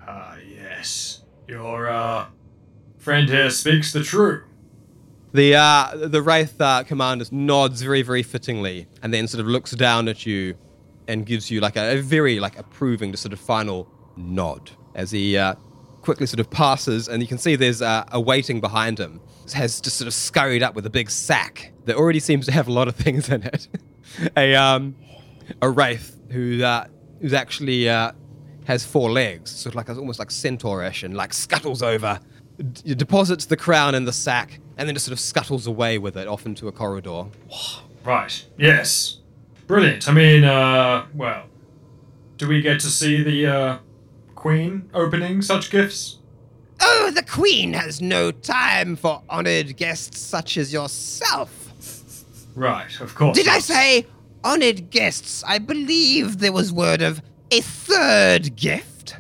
[SPEAKER 2] Ah, yes. Your, uh, friend here speaks the true.
[SPEAKER 1] The uh, the wraith uh, commander nods very very fittingly, and then sort of looks down at you, and gives you like a, a very like approving, just sort of final nod as he uh, quickly sort of passes, and you can see there's uh, a waiting behind him. Has just sort of scurried up with a big sack that already seems to have a lot of things in it. a um, a wraith who uh, who's actually uh, has four legs, sort of like almost like centaurish, and like scuttles over, d- deposits the crown in the sack, and then just sort of scuttles away with it off into a corridor.
[SPEAKER 2] Right, yes. Brilliant. I mean, uh, well, do we get to see the, uh, queen opening such gifts?
[SPEAKER 4] Oh, the Queen has no time for honored guests such as yourself.
[SPEAKER 2] Right, of course.
[SPEAKER 4] Did I
[SPEAKER 2] not.
[SPEAKER 4] say honored guests? I believe there was word of a third gift.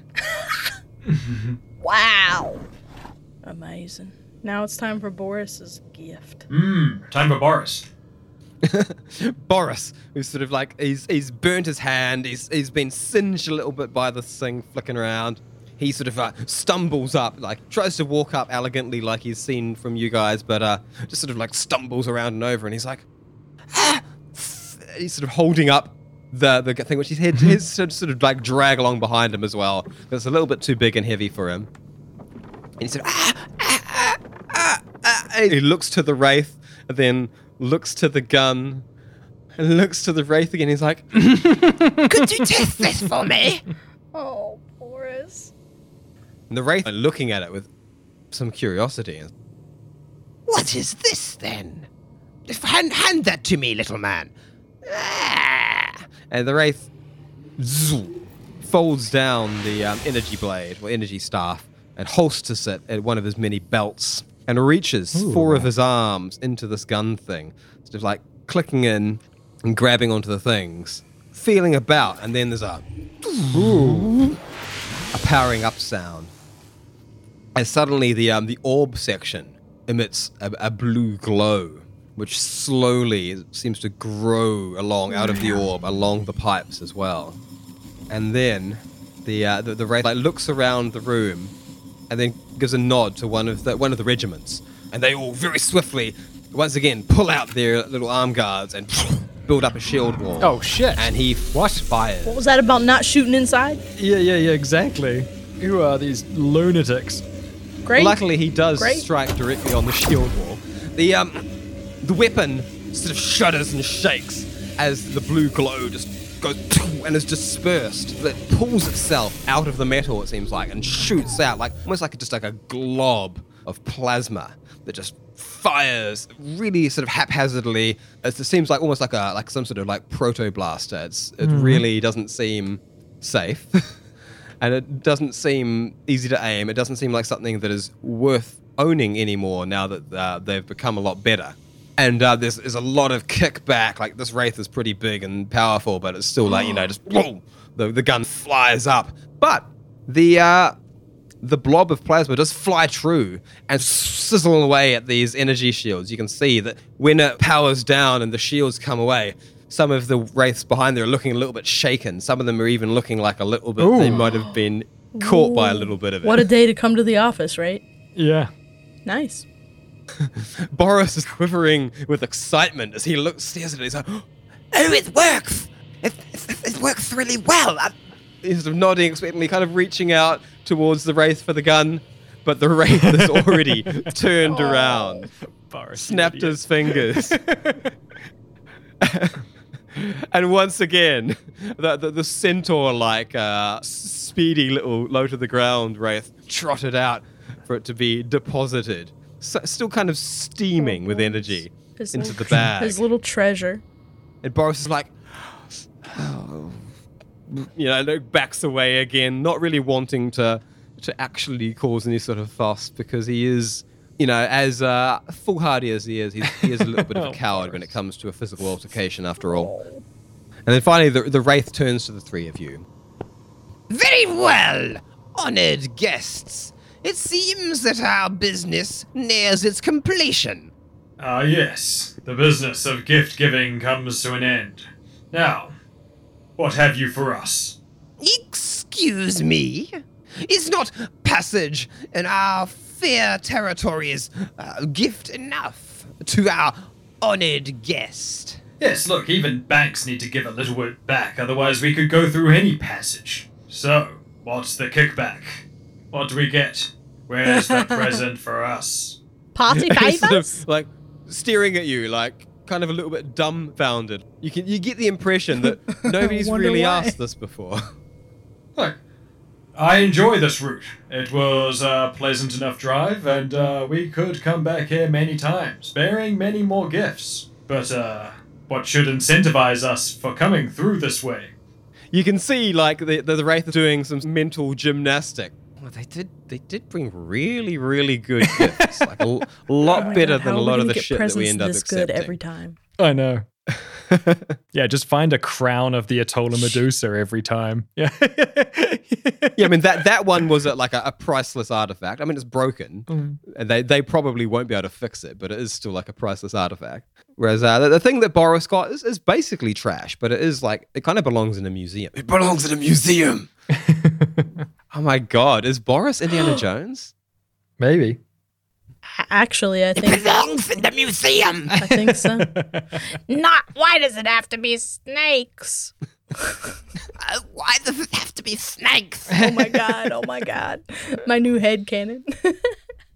[SPEAKER 3] Wow. Amazing. Now it's time for Boris's gift.
[SPEAKER 1] Hmm.
[SPEAKER 2] Mmm, time for Boris.
[SPEAKER 1] Boris, who's sort of like he's he's burnt his hand, he's he's been singed a little bit by this thing flicking around. He sort of uh, stumbles up, like tries to walk up elegantly, like he's seen from you guys, but uh, just sort of like stumbles around and over, and he's like, "Ah!" he's sort of holding up the the thing which he's had his sort of- sort of like drag along behind him as well. It's a little bit too big and heavy for him. And he said, ah, ah, ah, ah, ah." And he looks to the wraith, and then looks to the gun, and looks to the wraith again. He's like,
[SPEAKER 4] Could you test this for me?
[SPEAKER 3] Oh, Boris.
[SPEAKER 1] and the wraith are looking at it with some curiosity.
[SPEAKER 4] What is this then? If hand, hand that to me, little man. Ah.
[SPEAKER 1] And the wraith zoo, folds down the um, energy blade or energy staff and holsters it at one of his many belts and reaches four of his arms into this gun thing, sort of like clicking in and grabbing onto the things, feeling about, and then there's a a powering up sound. And suddenly, the um, the orb section emits a, a blue glow, which slowly seems to grow along out of the orb, along the pipes as well. And then, the uh, the, the wraith like looks around the room, and then gives a nod to one of the one of the regiments, and they all very swiftly, once again, pull out their little arm guards and build up a shield wall.
[SPEAKER 5] Oh, shit.
[SPEAKER 1] And he what fires.
[SPEAKER 3] What was that about not shooting inside?
[SPEAKER 5] yeah, yeah, yeah, exactly. Who are these lunatics?
[SPEAKER 3] Great.
[SPEAKER 1] Luckily, he does
[SPEAKER 3] Great.
[SPEAKER 1] strike directly on the shield wall. The um, the weapon sort of shudders and shakes as the blue glow just goes and is dispersed. It pulls itself out of the metal, it seems like, and shoots out like almost like just like a glob of plasma that just fires really sort of haphazardly. As it seems like almost like a like some sort of like protoblaster. It's, it
[SPEAKER 3] Mm-hmm.
[SPEAKER 1] really doesn't seem safe, and it doesn't seem easy to aim. It doesn't seem like something that is worth owning anymore now that uh, they've become a lot better. And uh, there's, there's a lot of kickback. Like this wraith is pretty big and powerful, but it's still like you know just boom, the the gun flies up. But the uh, the blob of plasma does fly through and sizzle away at these energy shields. You can see that when it powers down and the shields come away, some of the wraiths behind there are looking a little bit shaken. Some of them are even looking like a little bit they might have been caught by a little bit of it.
[SPEAKER 3] What a day to come to the office, right?
[SPEAKER 5] Yeah.
[SPEAKER 3] Nice.
[SPEAKER 1] Boris is quivering with excitement as he looks stares at it. He's like, oh, it works! It, it, it works really well.
[SPEAKER 4] Uh,
[SPEAKER 1] I- He's sort of nodding expectantly, kind of reaching out towards the wraith for the gun, but the wraith has already turned around,
[SPEAKER 5] Boris.
[SPEAKER 1] snapped his fingers. and once again, the, the, the centaur-like, uh, s- speedy little low-to-the-ground wraith trotted out for it to be deposited, so, still kind of steaming with energy
[SPEAKER 3] His
[SPEAKER 1] into
[SPEAKER 3] little-
[SPEAKER 1] the bag.
[SPEAKER 3] His little treasure.
[SPEAKER 1] And Boris is like, you know, look, backs away again, not really wanting to to actually cause any sort of fuss because he is, you know, as uh, foolhardy as he is, he's, he is a little bit
[SPEAKER 3] Oh,
[SPEAKER 1] of a coward when it comes to a physical altercation, after all. And then finally, the, the wraith turns to the three of you.
[SPEAKER 4] Very well, honored guests. It seems that our business nears its completion.
[SPEAKER 2] Ah, yes. The business of gift giving comes to an end. Now, what have you for us?
[SPEAKER 4] Excuse me? Is not passage in our fair territories uh, gift enough to our honored guest?
[SPEAKER 2] Yes, look, even banks need to give a little bit back, otherwise, we could go through any passage. So, what's the kickback? What do we get? Where's the present for us?
[SPEAKER 3] Party
[SPEAKER 1] Sort of,
[SPEAKER 3] favors?
[SPEAKER 1] like staring at you, like kind of a little bit dumbfounded. You can you get the impression that nobody's
[SPEAKER 3] Wonder
[SPEAKER 1] really
[SPEAKER 3] why.
[SPEAKER 1] asked this before.
[SPEAKER 2] Look, I enjoy this route. It was a pleasant enough drive, and uh, we could come back here many times, bearing many more gifts. But uh, what should incentivize us for coming through this way?
[SPEAKER 1] You can see like the the, the Wraith is doing some mental gymnastic. Well, they did they did bring really really good gifts, like a l-
[SPEAKER 3] Oh
[SPEAKER 1] lot better than a lot of the shit that we end up
[SPEAKER 3] this
[SPEAKER 1] accepting.
[SPEAKER 3] good every time.
[SPEAKER 5] I know. yeah, just find a crown of the Atola Medusa every time. Yeah.
[SPEAKER 1] yeah, I mean that that one was a, like a, a priceless artifact. I mean it's broken,
[SPEAKER 3] Mm.
[SPEAKER 1] and they they probably won't be able to fix it, but it is still like a priceless artifact. Whereas uh, the, the thing that Boris got is, is basically trash, but it is like it kind of belongs in a museum. It belongs in a museum. oh my god, is Boris Indiana Jones?
[SPEAKER 5] Maybe.
[SPEAKER 3] A- Actually, I think
[SPEAKER 4] Belongs in the museum!
[SPEAKER 3] I think so.
[SPEAKER 7] Not why does it have to be snakes?
[SPEAKER 4] Uh, why does it have to be snakes?
[SPEAKER 3] Oh my god! Oh my god! My new head cannon.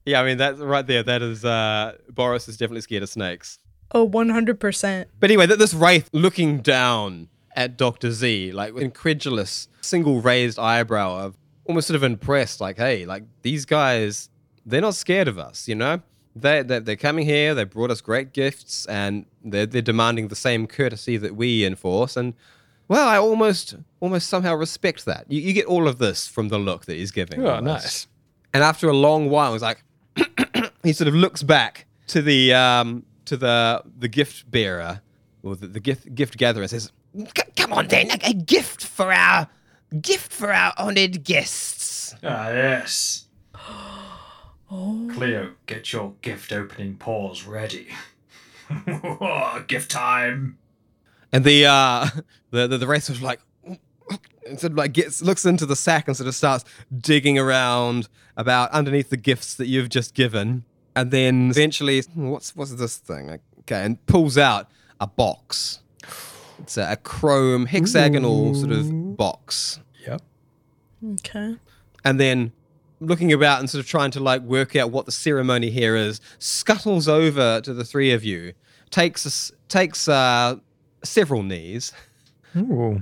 [SPEAKER 1] Yeah, I mean that's right there. That is uh Boris is definitely scared of snakes.
[SPEAKER 3] oh, one hundred percent.
[SPEAKER 1] But anyway, th- this wraith looking down at Doctor Z, like with incredulous, single raised eyebrow of almost sort of impressed, like, hey, like these guys, they're not scared of us, you know. They, they they're coming here. They brought us great gifts, and they're they're demanding the same courtesy that we enforce. And well, I almost almost somehow respect that. You, you get all of this from the look that he's giving.
[SPEAKER 5] Oh,
[SPEAKER 1] almost.
[SPEAKER 5] nice.
[SPEAKER 1] And after a long while, he's like, he sort of looks back to the um, to the the gift bearer or the, the gift gift gatherer and says,
[SPEAKER 4] C- come on then, a, a gift for our gift for our honored guests.
[SPEAKER 2] Ah, yes. Cleo, get your gift opening paws ready. gift time.
[SPEAKER 1] and the uh, the the, the race was like. And sort of like gets looks into the sack and sort of starts digging around about underneath the gifts that you've just given, and then eventually, "Hmm, what's what's this thing? Like, Okay, and pulls out a box. It's a, a chrome hexagonal sort of box.
[SPEAKER 5] Yep.
[SPEAKER 3] Okay.
[SPEAKER 1] and then looking about and sort of trying to like work out what the ceremony here is scuttles over to the three of you takes us takes uh several knees
[SPEAKER 5] Ooh.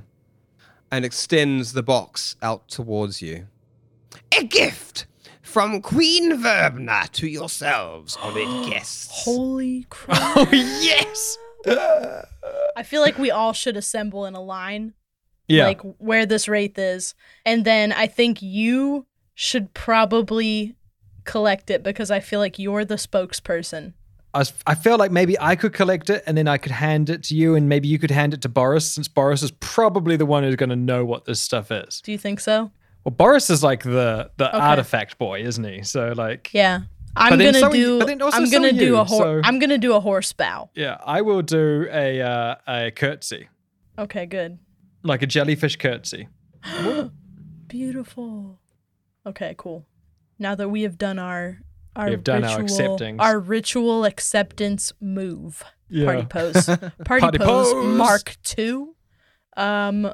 [SPEAKER 1] and extends the box out towards you.
[SPEAKER 4] A gift from Queen Verbna to yourselves, honored guests.
[SPEAKER 3] Holy crap.
[SPEAKER 5] Oh yes.
[SPEAKER 8] I feel like we all should assemble in a line,
[SPEAKER 5] Yeah.
[SPEAKER 8] like where this wraith is, and then I think you should probably collect it because I feel like you're the spokesperson.
[SPEAKER 5] I, was- I feel like maybe I could collect it and then I could hand it to you, and maybe you could hand it to Boris, since Boris is probably the one who's going to know what this stuff is.
[SPEAKER 8] Do you think so?
[SPEAKER 5] Well, Boris is like the the artifact boy, isn't he? So like, yeah,
[SPEAKER 8] Yeah. I'm
[SPEAKER 5] But then
[SPEAKER 8] gonna
[SPEAKER 5] so are you-
[SPEAKER 8] do.
[SPEAKER 5] but then also
[SPEAKER 8] I'm
[SPEAKER 5] so
[SPEAKER 8] gonna
[SPEAKER 5] are
[SPEAKER 8] do
[SPEAKER 5] you,
[SPEAKER 8] a horse.
[SPEAKER 5] so-
[SPEAKER 8] I'm gonna do a horse bow.
[SPEAKER 5] I will do a uh, a curtsy,
[SPEAKER 8] Okay, good.
[SPEAKER 5] like a jellyfish curtsy.
[SPEAKER 8] Beautiful. Okay, cool. Now that we have done our our
[SPEAKER 5] We have
[SPEAKER 8] ritual,
[SPEAKER 5] done our acceptings.
[SPEAKER 8] our ritual acceptance move.
[SPEAKER 5] Yeah.
[SPEAKER 8] Party pose. Party,
[SPEAKER 5] Party
[SPEAKER 8] pose,
[SPEAKER 5] pose.
[SPEAKER 8] mark two. Um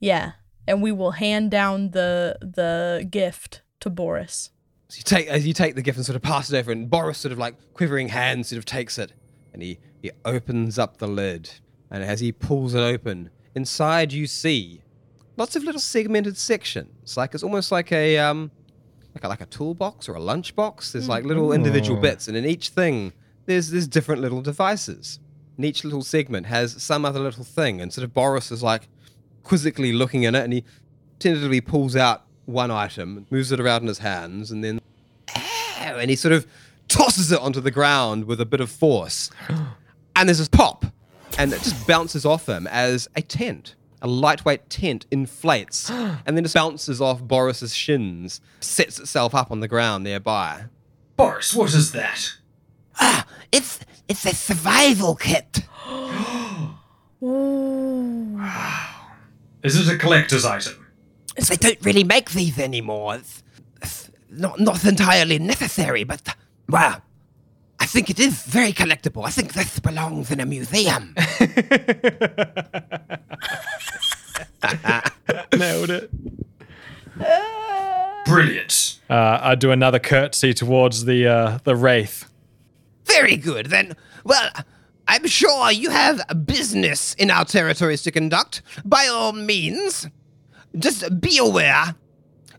[SPEAKER 8] yeah. And we will hand down the the gift to Boris.
[SPEAKER 1] So you take as you take the gift and sort of pass it over, and Boris sort of like quivering hand sort of takes it, and he he opens up the lid, and as he pulls it open, inside you see lots of little segmented sections, like it's almost like a um like a, like a toolbox or a lunchbox. There's like little individual bits, and in each thing there's there's different little devices. And each little segment has some other little thing, and sort of Boris is like quizzically looking in it, and he tentatively pulls out one item, moves it around in his hands, and then "Ow," and he sort of tosses it onto the ground with a bit of force. And there's this pop, and it just bounces off him as a tent, a lightweight tent inflates, and then just bounces off Boris's shins, sets itself up on the ground nearby.
[SPEAKER 2] Boris, what is that?
[SPEAKER 4] It's it's a survival kit.
[SPEAKER 2] Is it a collector's item?
[SPEAKER 4] They don't really make these anymore. It's, it's not not entirely necessary, but well, I think it is very collectible. I think this belongs in a museum.
[SPEAKER 5] Nailed it.
[SPEAKER 2] Brilliant.
[SPEAKER 5] Uh, I do another curtsy towards the uh, the wraith.
[SPEAKER 4] very good. Then, well, I'm sure you have a business in our territories to conduct. By all means, just be aware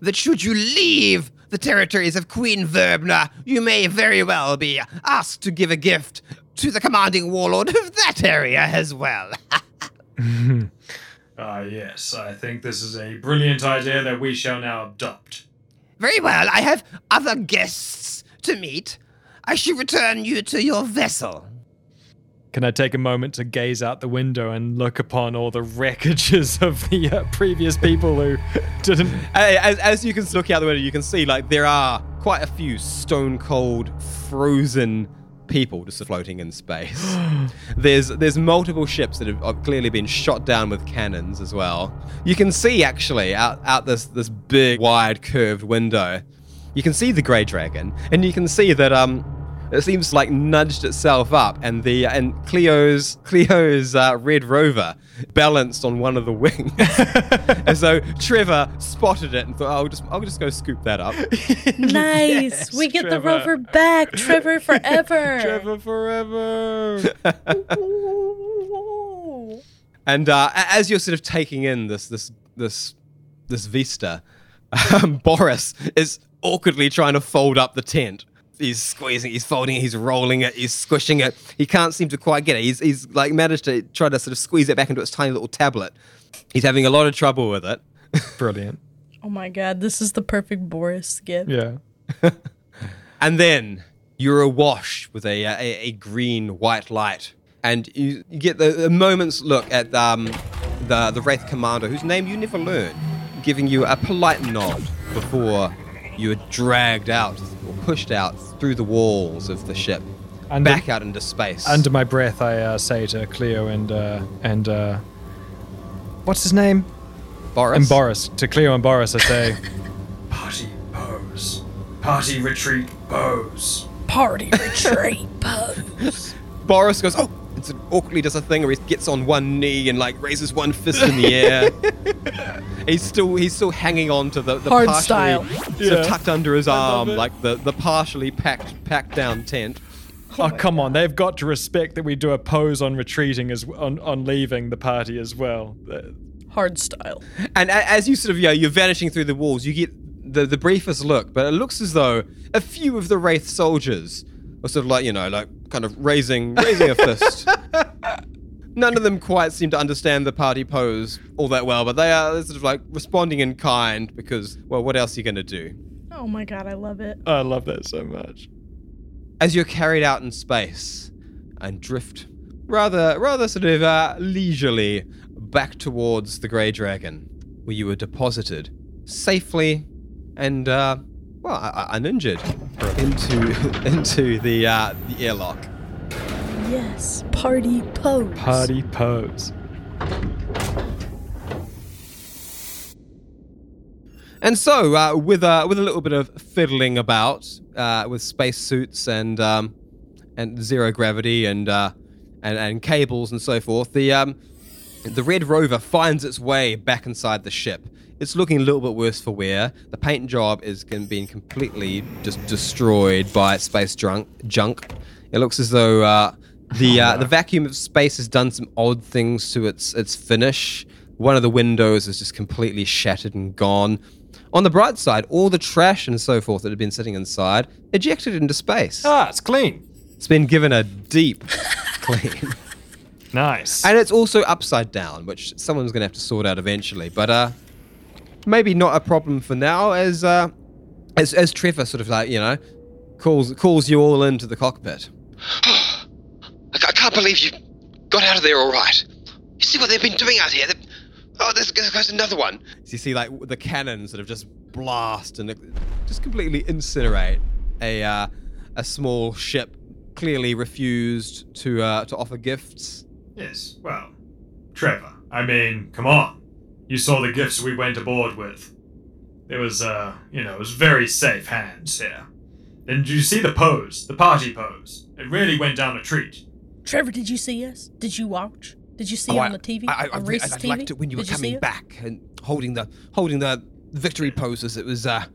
[SPEAKER 4] that should you leave the territories of Queen Verbna, you may very well be asked to give a gift to the commanding warlord of that area as well.
[SPEAKER 2] Ah, yes, I think this is a brilliant idea that we shall now adopt.
[SPEAKER 4] very well, I have other guests to meet. I shall return you to your vessel.
[SPEAKER 5] Can I take a moment to gaze out the window and look upon all the wreckages of the uh, previous people who didn't?
[SPEAKER 1] Hey, As, as you can look out the window, you can see like there are quite a few stone cold, frozen people just floating in space. there's there's multiple ships that have, have clearly been shot down with cannons as well. You can see actually out out this this big wide curved window. You can see the grey dragon, and you can see that um. It seems like nudged itself up, and the uh, and Cleo's Cleo's uh, red rover balanced on one of the wings. And so Trevor spotted it and thought, I'll just I'll just go scoop that up.
[SPEAKER 8] Nice. we get the
[SPEAKER 5] Trevor.
[SPEAKER 8] rover back, Trevor forever.
[SPEAKER 5] Trevor forever.
[SPEAKER 8] Ooh.
[SPEAKER 1] And uh, a- as you're sort of taking in this this this this vista, um, Boris is awkwardly trying to fold up the tent. He's squeezing, he's folding it, he's rolling it, he's squishing it. He can't seem to quite get it. He's, he's like managed to try to sort of squeeze it back into its tiny little tablet. He's having a lot of trouble with it.
[SPEAKER 5] Brilliant.
[SPEAKER 8] Oh my god, this is the perfect Boris gift.
[SPEAKER 5] Yeah.
[SPEAKER 1] And then you're awash with a, a, a green white light. And you, you get the, the moment's look at um, the, the Wraith Commander, whose name you never learn, giving you a polite nod before you are dragged out or pushed out through the walls of the ship,
[SPEAKER 5] And
[SPEAKER 1] back out into space.
[SPEAKER 5] Under my breath, I uh, say to Cleo and uh, and uh, what's his name?
[SPEAKER 1] Boris.
[SPEAKER 5] And Boris. To Cleo and Boris, I say,
[SPEAKER 2] Party pose. Party retreat pose.
[SPEAKER 3] Party retreat pose.
[SPEAKER 1] Boris goes, oh, and sort of awkwardly does a thing where he gets on one knee and like raises one fist in the air. he's still he's still hanging on to the, the
[SPEAKER 8] Hard
[SPEAKER 1] partially
[SPEAKER 8] style.
[SPEAKER 1] sort
[SPEAKER 5] Yeah.
[SPEAKER 1] of tucked under his arm,
[SPEAKER 5] it.
[SPEAKER 1] like the, the partially packed packed down tent.
[SPEAKER 5] "Oh, come on! They've got to respect that we do a pose on retreating as on on leaving the party as well. Uh,
[SPEAKER 9] hard style.
[SPEAKER 1] And a- as you sort of, yeah, you're vanishing through the walls, you get the, the briefest look, but it looks as though a few of the Wraith soldiers are sort of like, you know, like kind of raising, raising a fist. None of them quite seem to understand the party pose all that well, but they are they're sort of like responding in kind because, well, what else are you going to do?
[SPEAKER 3] Oh my god, I love it.
[SPEAKER 5] I love that so much.
[SPEAKER 1] As you're carried out in space and drift rather, rather sort of uh, leisurely back towards the Grey Dragon, where you were deposited safely and uh, well, uh, uninjured into into the uh, the airlock.
[SPEAKER 9] Yes, party pose.
[SPEAKER 5] Party pose.
[SPEAKER 1] And so, uh, with a with a little bit of fiddling about uh, with spacesuits and um, and zero gravity and uh, and and cables and so forth, the um, the red rover finds its way back inside the ship. It's looking a little bit worse for wear. The paint job is con- being completely just destroyed by space junk. Junk. It looks as though uh, the uh, the vacuum of space has done some odd things to its its finish. One of the windows is just completely shattered and gone. On the bright side, all the trash and so forth that had been sitting inside ejected into space.
[SPEAKER 5] Ah, it's clean.
[SPEAKER 1] It's been given a deep clean.
[SPEAKER 5] Nice.
[SPEAKER 1] And it's also upside down, which someone's going to have to sort out eventually. But uh, maybe not a problem for now, as uh, as as Trevor sort of like you know calls calls you all into the cockpit.
[SPEAKER 4] I ca- I can't believe you got out of there all right. You see what they've been doing out here? They- oh, there's, there goes another one.
[SPEAKER 1] So you see like the cannons sort of just blast and just completely incinerate a uh, a small ship clearly refused to uh, to offer gifts.
[SPEAKER 2] Yes, well, Trevor, I mean, come on. You saw the gifts we went aboard with. It was, uh, you know, it was very safe hands here. And did you see the pose, the party pose? It really went down a treat.
[SPEAKER 3] Trevor, did you see us? Did you watch? Did you see
[SPEAKER 1] Oh,
[SPEAKER 3] on the TV?
[SPEAKER 1] I, I, I,
[SPEAKER 3] on
[SPEAKER 1] re- I
[SPEAKER 3] Reese's TV?
[SPEAKER 1] liked it when you were
[SPEAKER 3] Did see
[SPEAKER 1] coming
[SPEAKER 3] it?
[SPEAKER 1] back and holding the holding the victory poses. It was uh,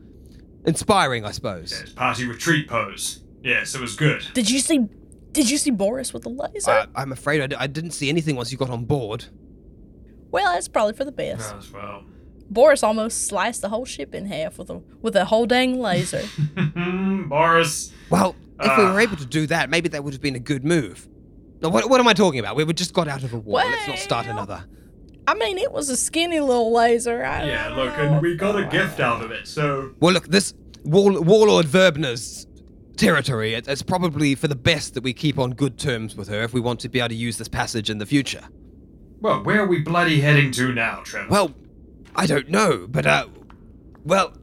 [SPEAKER 1] inspiring, I suppose.
[SPEAKER 2] Yes, party retreat pose. Yes, it was good.
[SPEAKER 3] Did you see? Did you see Boris with the laser?
[SPEAKER 1] I, Uh, I'm afraid I d- I didn't see anything once you got on board.
[SPEAKER 3] well, that's probably for the best.
[SPEAKER 1] uh.
[SPEAKER 2] As well.
[SPEAKER 3] Boris almost sliced the whole ship in half with a with a whole dang laser.
[SPEAKER 2] Mm-hmm, Boris,
[SPEAKER 1] Well, if we
[SPEAKER 2] Ah.
[SPEAKER 1] were able to do that, maybe that would have been a good move. Now, what, what am I talking about? We were just got out of a war. Let's not start
[SPEAKER 3] Well-
[SPEAKER 1] another.
[SPEAKER 3] I mean, it was a skinny little laser. I
[SPEAKER 2] Yeah,
[SPEAKER 3] don't
[SPEAKER 2] look,
[SPEAKER 3] know.
[SPEAKER 2] and we got a gift out of it, so
[SPEAKER 1] Well, look, this wall, warlord Verbner's territory. It, it's probably for the best that we keep on good terms with her if we want to be able to use this passage in the future.
[SPEAKER 2] well, where are we bloody heading to now, Trevor?
[SPEAKER 1] Well, I don't know, but uh, well,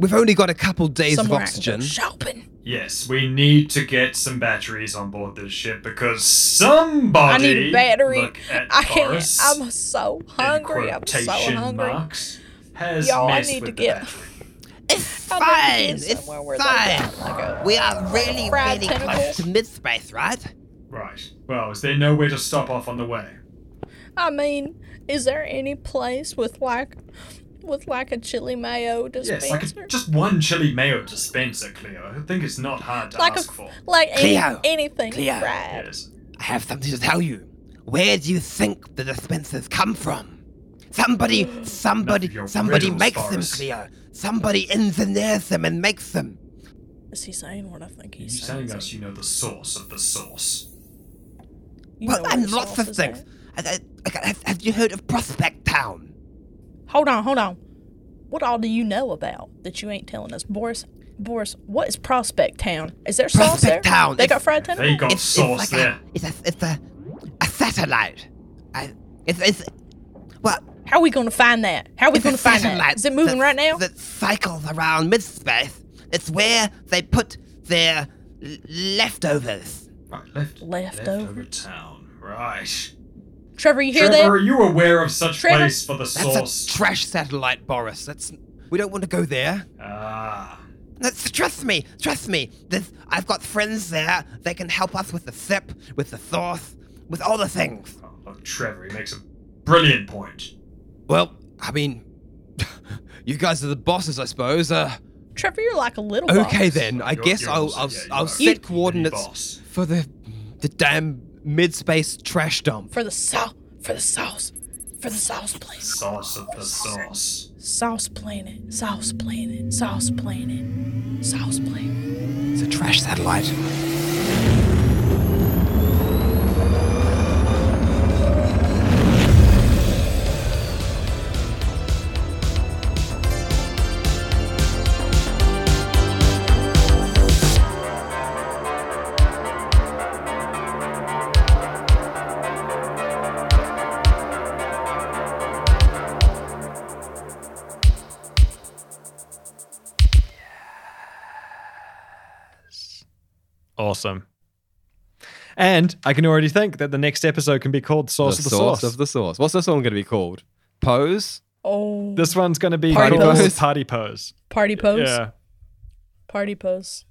[SPEAKER 1] we've only got a couple days
[SPEAKER 3] Somewhere
[SPEAKER 1] of
[SPEAKER 3] I can go
[SPEAKER 1] oxygen.
[SPEAKER 3] Shopping.
[SPEAKER 2] yes, we need to get some batteries on board this ship because somebody
[SPEAKER 3] I need a battery.
[SPEAKER 2] Look at
[SPEAKER 3] I can't.
[SPEAKER 2] Boris,
[SPEAKER 3] I'm so
[SPEAKER 2] in
[SPEAKER 3] hungry. I'm so
[SPEAKER 2] quotation
[SPEAKER 3] hungry.
[SPEAKER 2] Marks, has
[SPEAKER 3] Y'all, I
[SPEAKER 2] messed
[SPEAKER 3] need to
[SPEAKER 2] with the
[SPEAKER 3] get.
[SPEAKER 2] battery.
[SPEAKER 3] I need
[SPEAKER 4] Fine,
[SPEAKER 3] to get
[SPEAKER 4] it's
[SPEAKER 3] somewhere where they got,
[SPEAKER 4] fine.
[SPEAKER 3] Like a,
[SPEAKER 4] We are really,
[SPEAKER 3] Fried
[SPEAKER 4] really
[SPEAKER 3] tentacle.
[SPEAKER 4] close to mid space, right?
[SPEAKER 2] Right. Well, is there nowhere to stop off on the way?
[SPEAKER 3] I mean, is there any place with like, with like a chili mayo
[SPEAKER 2] Yes,
[SPEAKER 3] dispenser?
[SPEAKER 2] like a, just one chili mayo dispenser, Cleo. I think it's not hard to
[SPEAKER 3] Like a-
[SPEAKER 2] ask for.
[SPEAKER 3] Like any-
[SPEAKER 4] Cleo.
[SPEAKER 3] anything
[SPEAKER 4] Cleo.
[SPEAKER 3] fried.
[SPEAKER 2] Yes.
[SPEAKER 4] I have something to tell you. Where do you think the dispensers come from? Somebody,
[SPEAKER 2] Enough of
[SPEAKER 4] somebody,
[SPEAKER 2] your
[SPEAKER 4] somebody
[SPEAKER 2] riddles,
[SPEAKER 4] makes
[SPEAKER 2] Boris.
[SPEAKER 4] them, Cleo. Somebody engineers them and makes them.
[SPEAKER 3] Is he saying what I think
[SPEAKER 2] You're
[SPEAKER 3] he's saying?
[SPEAKER 2] telling us you know the source of the source.
[SPEAKER 3] You
[SPEAKER 4] well,
[SPEAKER 3] know
[SPEAKER 4] and
[SPEAKER 3] where
[SPEAKER 4] lots
[SPEAKER 3] Soph
[SPEAKER 4] of
[SPEAKER 3] is
[SPEAKER 4] things.
[SPEAKER 3] at.
[SPEAKER 4] I- I- I- have, have you heard of Prospect Town?
[SPEAKER 3] Hold on, hold on. What all do you know about that you ain't telling us, Boris? Boris, what is Prospect Town? Is there sauce
[SPEAKER 4] Prospect
[SPEAKER 3] there?
[SPEAKER 4] Town,
[SPEAKER 3] They got
[SPEAKER 4] it's-
[SPEAKER 3] fried
[SPEAKER 2] They
[SPEAKER 3] tentacles.
[SPEAKER 2] got sauce
[SPEAKER 4] like
[SPEAKER 2] there.
[SPEAKER 4] A, it's a, it's a, a satellite. I, it's, it's, well,
[SPEAKER 3] How are we gonna find that? How are we
[SPEAKER 4] it's a
[SPEAKER 3] gonna find that?
[SPEAKER 4] satellite
[SPEAKER 3] Is it moving
[SPEAKER 4] that-
[SPEAKER 3] right now?
[SPEAKER 4] That cycles around mid-space. It's where they put their l- leftovers.
[SPEAKER 2] Right, left.
[SPEAKER 3] Leftover.
[SPEAKER 2] Leftover town. Right.
[SPEAKER 3] Trevor, you hear
[SPEAKER 2] Trevor,
[SPEAKER 3] that?
[SPEAKER 2] are you aware of such
[SPEAKER 3] Trevor?
[SPEAKER 2] place for the
[SPEAKER 1] That's a
[SPEAKER 2] source?
[SPEAKER 1] trash satellite, Boris. That's we don't want to go there.
[SPEAKER 2] ah.
[SPEAKER 4] That's, trust me, trust me. There's, I've got friends there. They can help us with the sip, with the sauce, with all the things.
[SPEAKER 2] Oh, look, Trevor, he makes a brilliant point.
[SPEAKER 1] Well, I mean, you guys are the bosses, I suppose. Uh,
[SPEAKER 3] Trevor, you're like a little.
[SPEAKER 1] okay
[SPEAKER 3] boss.
[SPEAKER 1] then. I
[SPEAKER 2] You're-
[SPEAKER 1] guess
[SPEAKER 2] you're
[SPEAKER 1] I'll
[SPEAKER 2] also-
[SPEAKER 1] I'll,
[SPEAKER 2] yeah, you
[SPEAKER 1] I'll
[SPEAKER 2] are
[SPEAKER 1] set
[SPEAKER 2] the
[SPEAKER 1] coordinates
[SPEAKER 2] boss.
[SPEAKER 1] for the the damn mid space trash dump.
[SPEAKER 3] For the sauce, for the sauce.
[SPEAKER 10] for the sauce planet.
[SPEAKER 2] Sauce of the sauce.
[SPEAKER 10] Sauce planet. Sauce planet. Sauce planet. Sauce planet.
[SPEAKER 4] It's a trash satellite.
[SPEAKER 5] Awesome. And I can already think that the next episode can be called Sauce
[SPEAKER 1] the
[SPEAKER 5] of the
[SPEAKER 1] source
[SPEAKER 5] Sauce.
[SPEAKER 1] of the source. What's this one going to be called? Pose?
[SPEAKER 10] Oh,
[SPEAKER 5] this one's going to be
[SPEAKER 1] Party
[SPEAKER 5] called
[SPEAKER 1] Pose?
[SPEAKER 5] Party Pose.
[SPEAKER 10] party pose.
[SPEAKER 5] Yeah.
[SPEAKER 10] Party pose.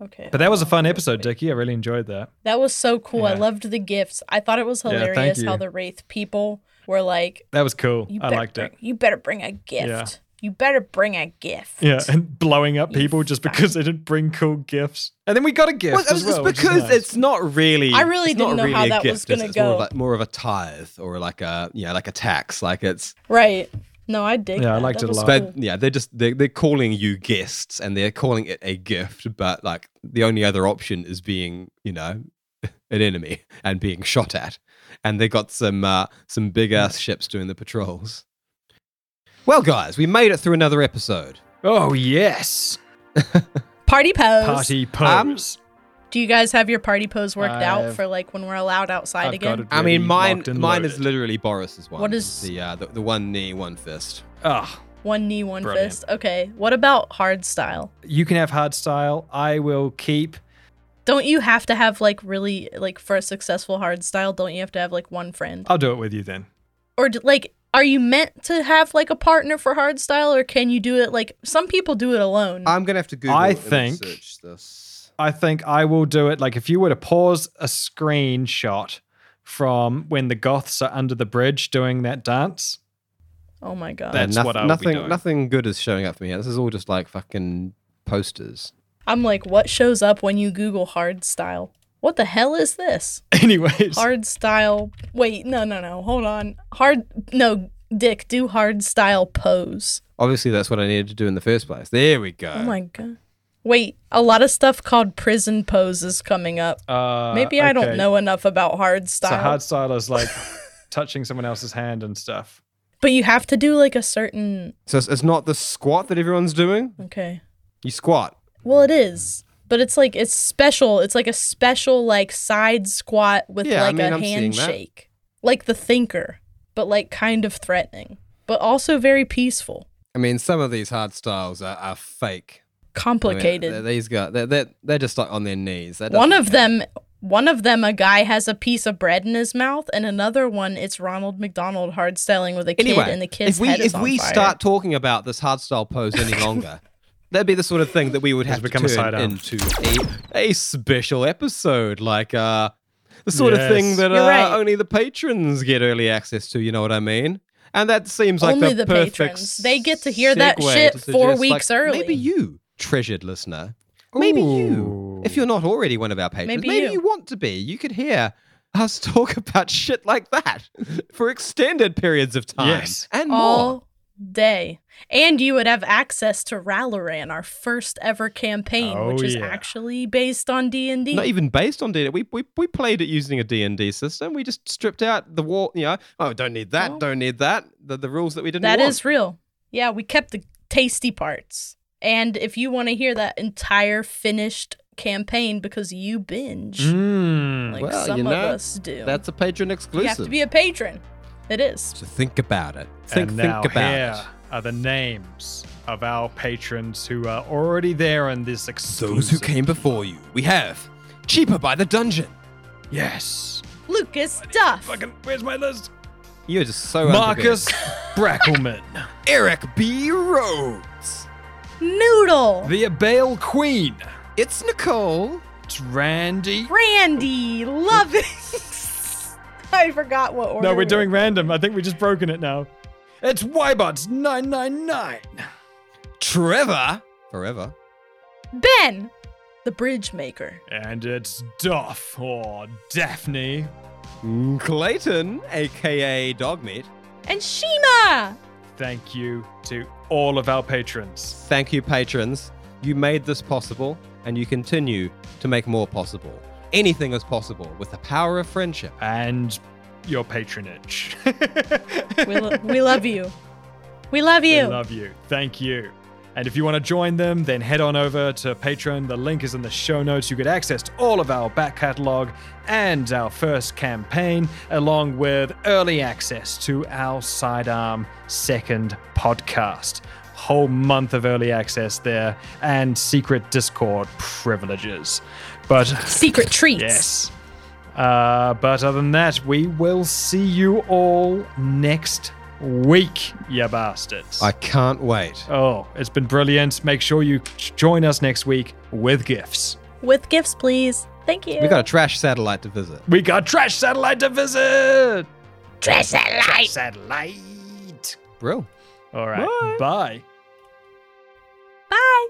[SPEAKER 10] Okay.
[SPEAKER 5] But that was a fun episode, Dickie. I really enjoyed that.
[SPEAKER 3] That was so cool. I
[SPEAKER 5] Yeah.
[SPEAKER 3] loved the gifts. I thought it was
[SPEAKER 5] Yeah, thank
[SPEAKER 3] hilarious how
[SPEAKER 5] you.
[SPEAKER 3] the Wraith people were like,
[SPEAKER 5] That was cool.
[SPEAKER 3] you
[SPEAKER 5] I
[SPEAKER 3] better
[SPEAKER 5] liked
[SPEAKER 3] bring,
[SPEAKER 5] it.
[SPEAKER 3] You better bring a gift.
[SPEAKER 5] Yeah.
[SPEAKER 3] You better bring a gift.
[SPEAKER 5] Yeah, and blowing up people just because they didn't bring cool gifts. And then we got a gift.
[SPEAKER 1] Well,
[SPEAKER 5] as
[SPEAKER 1] it's
[SPEAKER 5] well, which is
[SPEAKER 1] because
[SPEAKER 5] nice.
[SPEAKER 1] it's not really.
[SPEAKER 3] I really
[SPEAKER 1] it's not
[SPEAKER 3] didn't know
[SPEAKER 1] really
[SPEAKER 3] how
[SPEAKER 1] a
[SPEAKER 3] that was
[SPEAKER 1] gift, is it?
[SPEAKER 3] gonna
[SPEAKER 1] It's more of
[SPEAKER 3] go.
[SPEAKER 1] like- more of a tithe or like a yeah, like a tax. Like it's
[SPEAKER 3] Right. No, I dig.
[SPEAKER 5] Yeah, I
[SPEAKER 3] that.
[SPEAKER 5] liked
[SPEAKER 3] That
[SPEAKER 5] it a
[SPEAKER 3] was
[SPEAKER 5] lot.
[SPEAKER 1] But
[SPEAKER 3] cool.
[SPEAKER 1] yeah, they're just they're, they're calling you guests and they're calling it a gift, but like the only other option is being, you know, an enemy and being shot at. And they got some uh, some
[SPEAKER 5] Hmm.
[SPEAKER 1] big ass ships doing the patrols. Well, guys, we made it through another episode.
[SPEAKER 5] oh yes,
[SPEAKER 3] Party pose.
[SPEAKER 5] party
[SPEAKER 1] Um,
[SPEAKER 5] pose.
[SPEAKER 3] Do you guys have your party pose worked out
[SPEAKER 5] I've-
[SPEAKER 3] for like when we're allowed outside
[SPEAKER 5] I've got
[SPEAKER 3] again?
[SPEAKER 5] it
[SPEAKER 1] I mean,
[SPEAKER 5] really
[SPEAKER 1] mine
[SPEAKER 5] locked and
[SPEAKER 1] mine is
[SPEAKER 5] loaded.
[SPEAKER 1] literally Boris's one.
[SPEAKER 3] What is-
[SPEAKER 1] the uh, the, the one knee, one fist?
[SPEAKER 5] Ah,
[SPEAKER 3] One knee, one
[SPEAKER 5] Brilliant.
[SPEAKER 3] fist. Okay. What about hard style?
[SPEAKER 5] you can have hard style. I will keep.
[SPEAKER 3] Don't you have to have like really like for a successful hard style? Don't you have to have like one friend
[SPEAKER 5] I'll do it with you then.
[SPEAKER 3] or d- like are you meant to have like a partner for hard style or can you do it like some people do it alone?
[SPEAKER 1] I'm gonna have to Google.
[SPEAKER 5] I
[SPEAKER 1] and
[SPEAKER 5] think-
[SPEAKER 1] search this.
[SPEAKER 5] I think I will do it. Like if you were to pause a screenshot from when the Goths are under the bridge doing that dance.
[SPEAKER 3] oh my god.
[SPEAKER 5] That's
[SPEAKER 1] noth-
[SPEAKER 5] what I'll be
[SPEAKER 1] nothing
[SPEAKER 5] doing.
[SPEAKER 1] nothing good is showing up for me. This is all just like fucking posters.
[SPEAKER 3] I'm like what shows up when you google hard style? What the hell is this?
[SPEAKER 5] Anyways,
[SPEAKER 3] Hard style. Wait, no, no, no. Hold on. Hard no, Dick, do hard style pose.
[SPEAKER 1] Obviously, that's what I needed to do in the first place. There we go.
[SPEAKER 3] Oh my god. Wait, a lot of stuff called prison pose is coming up.
[SPEAKER 5] uh,
[SPEAKER 3] Maybe I
[SPEAKER 5] okay.
[SPEAKER 3] don't know enough about hard style.
[SPEAKER 5] So hard style is like touching someone else's hand and stuff.
[SPEAKER 3] But you have to do like a certain
[SPEAKER 1] So it's, it's not the squat that everyone's doing.
[SPEAKER 3] okay.
[SPEAKER 1] You squat.
[SPEAKER 3] Well, it is, but it's like it's special. It's like a special like side squat with
[SPEAKER 1] Yeah, I
[SPEAKER 3] like
[SPEAKER 1] mean,
[SPEAKER 3] a
[SPEAKER 1] I'm seeing that.
[SPEAKER 3] handshake, like the thinker, but like kind of threatening, but also very peaceful.
[SPEAKER 1] I mean, some of these hard styles are, are fake. I mean,
[SPEAKER 3] Complicated.
[SPEAKER 1] th- these guys, they're, they're, they're just like on their knees. That
[SPEAKER 3] one
[SPEAKER 1] doesn't
[SPEAKER 3] of them, one of them, a guy has a piece of bread in his mouth, and another one, it's Ronald McDonald hard styling with a kid,
[SPEAKER 1] Anyway,
[SPEAKER 3] and the kid's
[SPEAKER 1] if we
[SPEAKER 3] head is
[SPEAKER 1] if
[SPEAKER 3] on
[SPEAKER 1] we
[SPEAKER 3] fire.
[SPEAKER 1] start talking about this hard style pose any longer, that'd be the sort of thing that we would have to
[SPEAKER 5] become a
[SPEAKER 1] turn
[SPEAKER 5] sidearm.
[SPEAKER 1] into a, a special episode, like uh, the sort of thing
[SPEAKER 5] Yes.
[SPEAKER 1] that uh,
[SPEAKER 3] You're right.
[SPEAKER 1] only the patrons get early access to. You know what I mean? And that seems like
[SPEAKER 3] Only
[SPEAKER 1] the,
[SPEAKER 3] the
[SPEAKER 1] perfect
[SPEAKER 3] patrons. They get to hear that
[SPEAKER 1] segue
[SPEAKER 3] shit
[SPEAKER 1] to
[SPEAKER 3] four
[SPEAKER 1] suggest,
[SPEAKER 3] weeks
[SPEAKER 1] like,
[SPEAKER 3] early.
[SPEAKER 1] Maybe you, treasured listener, maybe you, if you're not already one of our patrons,
[SPEAKER 3] Maybe
[SPEAKER 1] maybe,
[SPEAKER 3] you.
[SPEAKER 1] you want to be. You could hear. Us talk about shit like that for extended periods of time
[SPEAKER 5] Yes.
[SPEAKER 1] and more.
[SPEAKER 3] all day. And you would have access to Raloran, our first ever campaign,
[SPEAKER 5] Oh,
[SPEAKER 3] which is
[SPEAKER 5] yeah.
[SPEAKER 3] actually based on D and
[SPEAKER 1] not
[SPEAKER 3] D.
[SPEAKER 1] even based on D&D. We, we we played it using a D&D system. We just stripped out the wall, you know, oh, don't need that,
[SPEAKER 3] Well-
[SPEAKER 1] don't need that, the, the rules that we didn't
[SPEAKER 3] That
[SPEAKER 1] want.
[SPEAKER 3] is real. Yeah, we kept the tasty parts. And if you want to hear that entire finished campaign because you binge,
[SPEAKER 5] Mm.
[SPEAKER 3] like
[SPEAKER 1] Well,
[SPEAKER 3] some
[SPEAKER 1] you
[SPEAKER 3] of
[SPEAKER 1] know,
[SPEAKER 3] us do,
[SPEAKER 1] That's a patron
[SPEAKER 3] you have
[SPEAKER 1] exclusive.
[SPEAKER 3] to be a patron. It is.
[SPEAKER 1] so think about it. Think,
[SPEAKER 5] and
[SPEAKER 1] think
[SPEAKER 5] now
[SPEAKER 1] about
[SPEAKER 5] here
[SPEAKER 1] it.
[SPEAKER 5] are the names of our patrons who are already there on this exclusive.
[SPEAKER 1] Those who came before you. We have Cheaper by the Dungeon.
[SPEAKER 5] Yes.
[SPEAKER 3] Lucas Duff,
[SPEAKER 5] Fucking, where's my list?
[SPEAKER 1] You're just so
[SPEAKER 5] Marcus Brackelman,
[SPEAKER 1] unprepared. Eric B. Rhodes.
[SPEAKER 3] Noodle,
[SPEAKER 5] the Abale Queen.
[SPEAKER 1] It's Nicole.
[SPEAKER 5] It's Randy.
[SPEAKER 3] Randy, Lovings. I forgot what order.
[SPEAKER 5] No,
[SPEAKER 3] we
[SPEAKER 5] we're doing random. I think we just broken it now. It's Wybots 999.
[SPEAKER 1] Trevor. Forever.
[SPEAKER 3] Ben, the bridge maker.
[SPEAKER 5] And it's Duff or Daphne.
[SPEAKER 1] Mm, Clayton, aka Dogmeat.
[SPEAKER 8] and Shima.
[SPEAKER 5] Thank you to all of our patrons.
[SPEAKER 1] Thank you, patrons. You made this possible, and you continue to make more possible. Anything is possible with the power of friendship.
[SPEAKER 5] And your patronage.
[SPEAKER 8] We, lo- we love you. We love you.
[SPEAKER 5] We love you. Thank you. And if you want to join them, then head on over to Patreon. The link is in the show notes. You get access to all of our back catalog and our first campaign, along with early access to our Sidearm second podcast. Whole month of early access there and secret Discord privileges. But
[SPEAKER 8] Secret treats.
[SPEAKER 5] yes. Uh, but other than that, we will see you all next week, you bastards.
[SPEAKER 1] I can't wait.
[SPEAKER 5] Oh, it's been brilliant. Make sure you ch- join us next week with gifts.
[SPEAKER 3] With gifts, please. Thank you.
[SPEAKER 1] We got a trash satellite to visit.
[SPEAKER 5] We got Trash Satellite to visit.
[SPEAKER 7] Trash that light.
[SPEAKER 5] Satellite.
[SPEAKER 1] Brill.
[SPEAKER 5] All right.
[SPEAKER 1] Bye.
[SPEAKER 5] Bye.
[SPEAKER 8] Bye.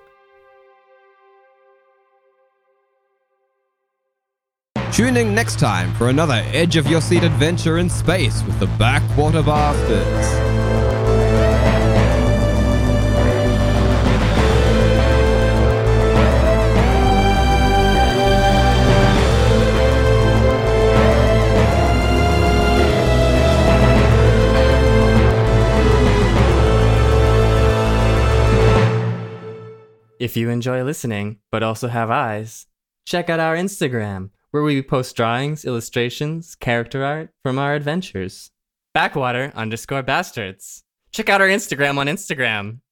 [SPEAKER 1] Tune in next time for another edge of your seat adventure in space with the Backwater Bastards.
[SPEAKER 11] If you enjoy listening, but also have eyes, check out our Instagram, where we post drawings, illustrations, character art from our adventures. Backwater underscore bastards. Check out our Instagram on Instagram.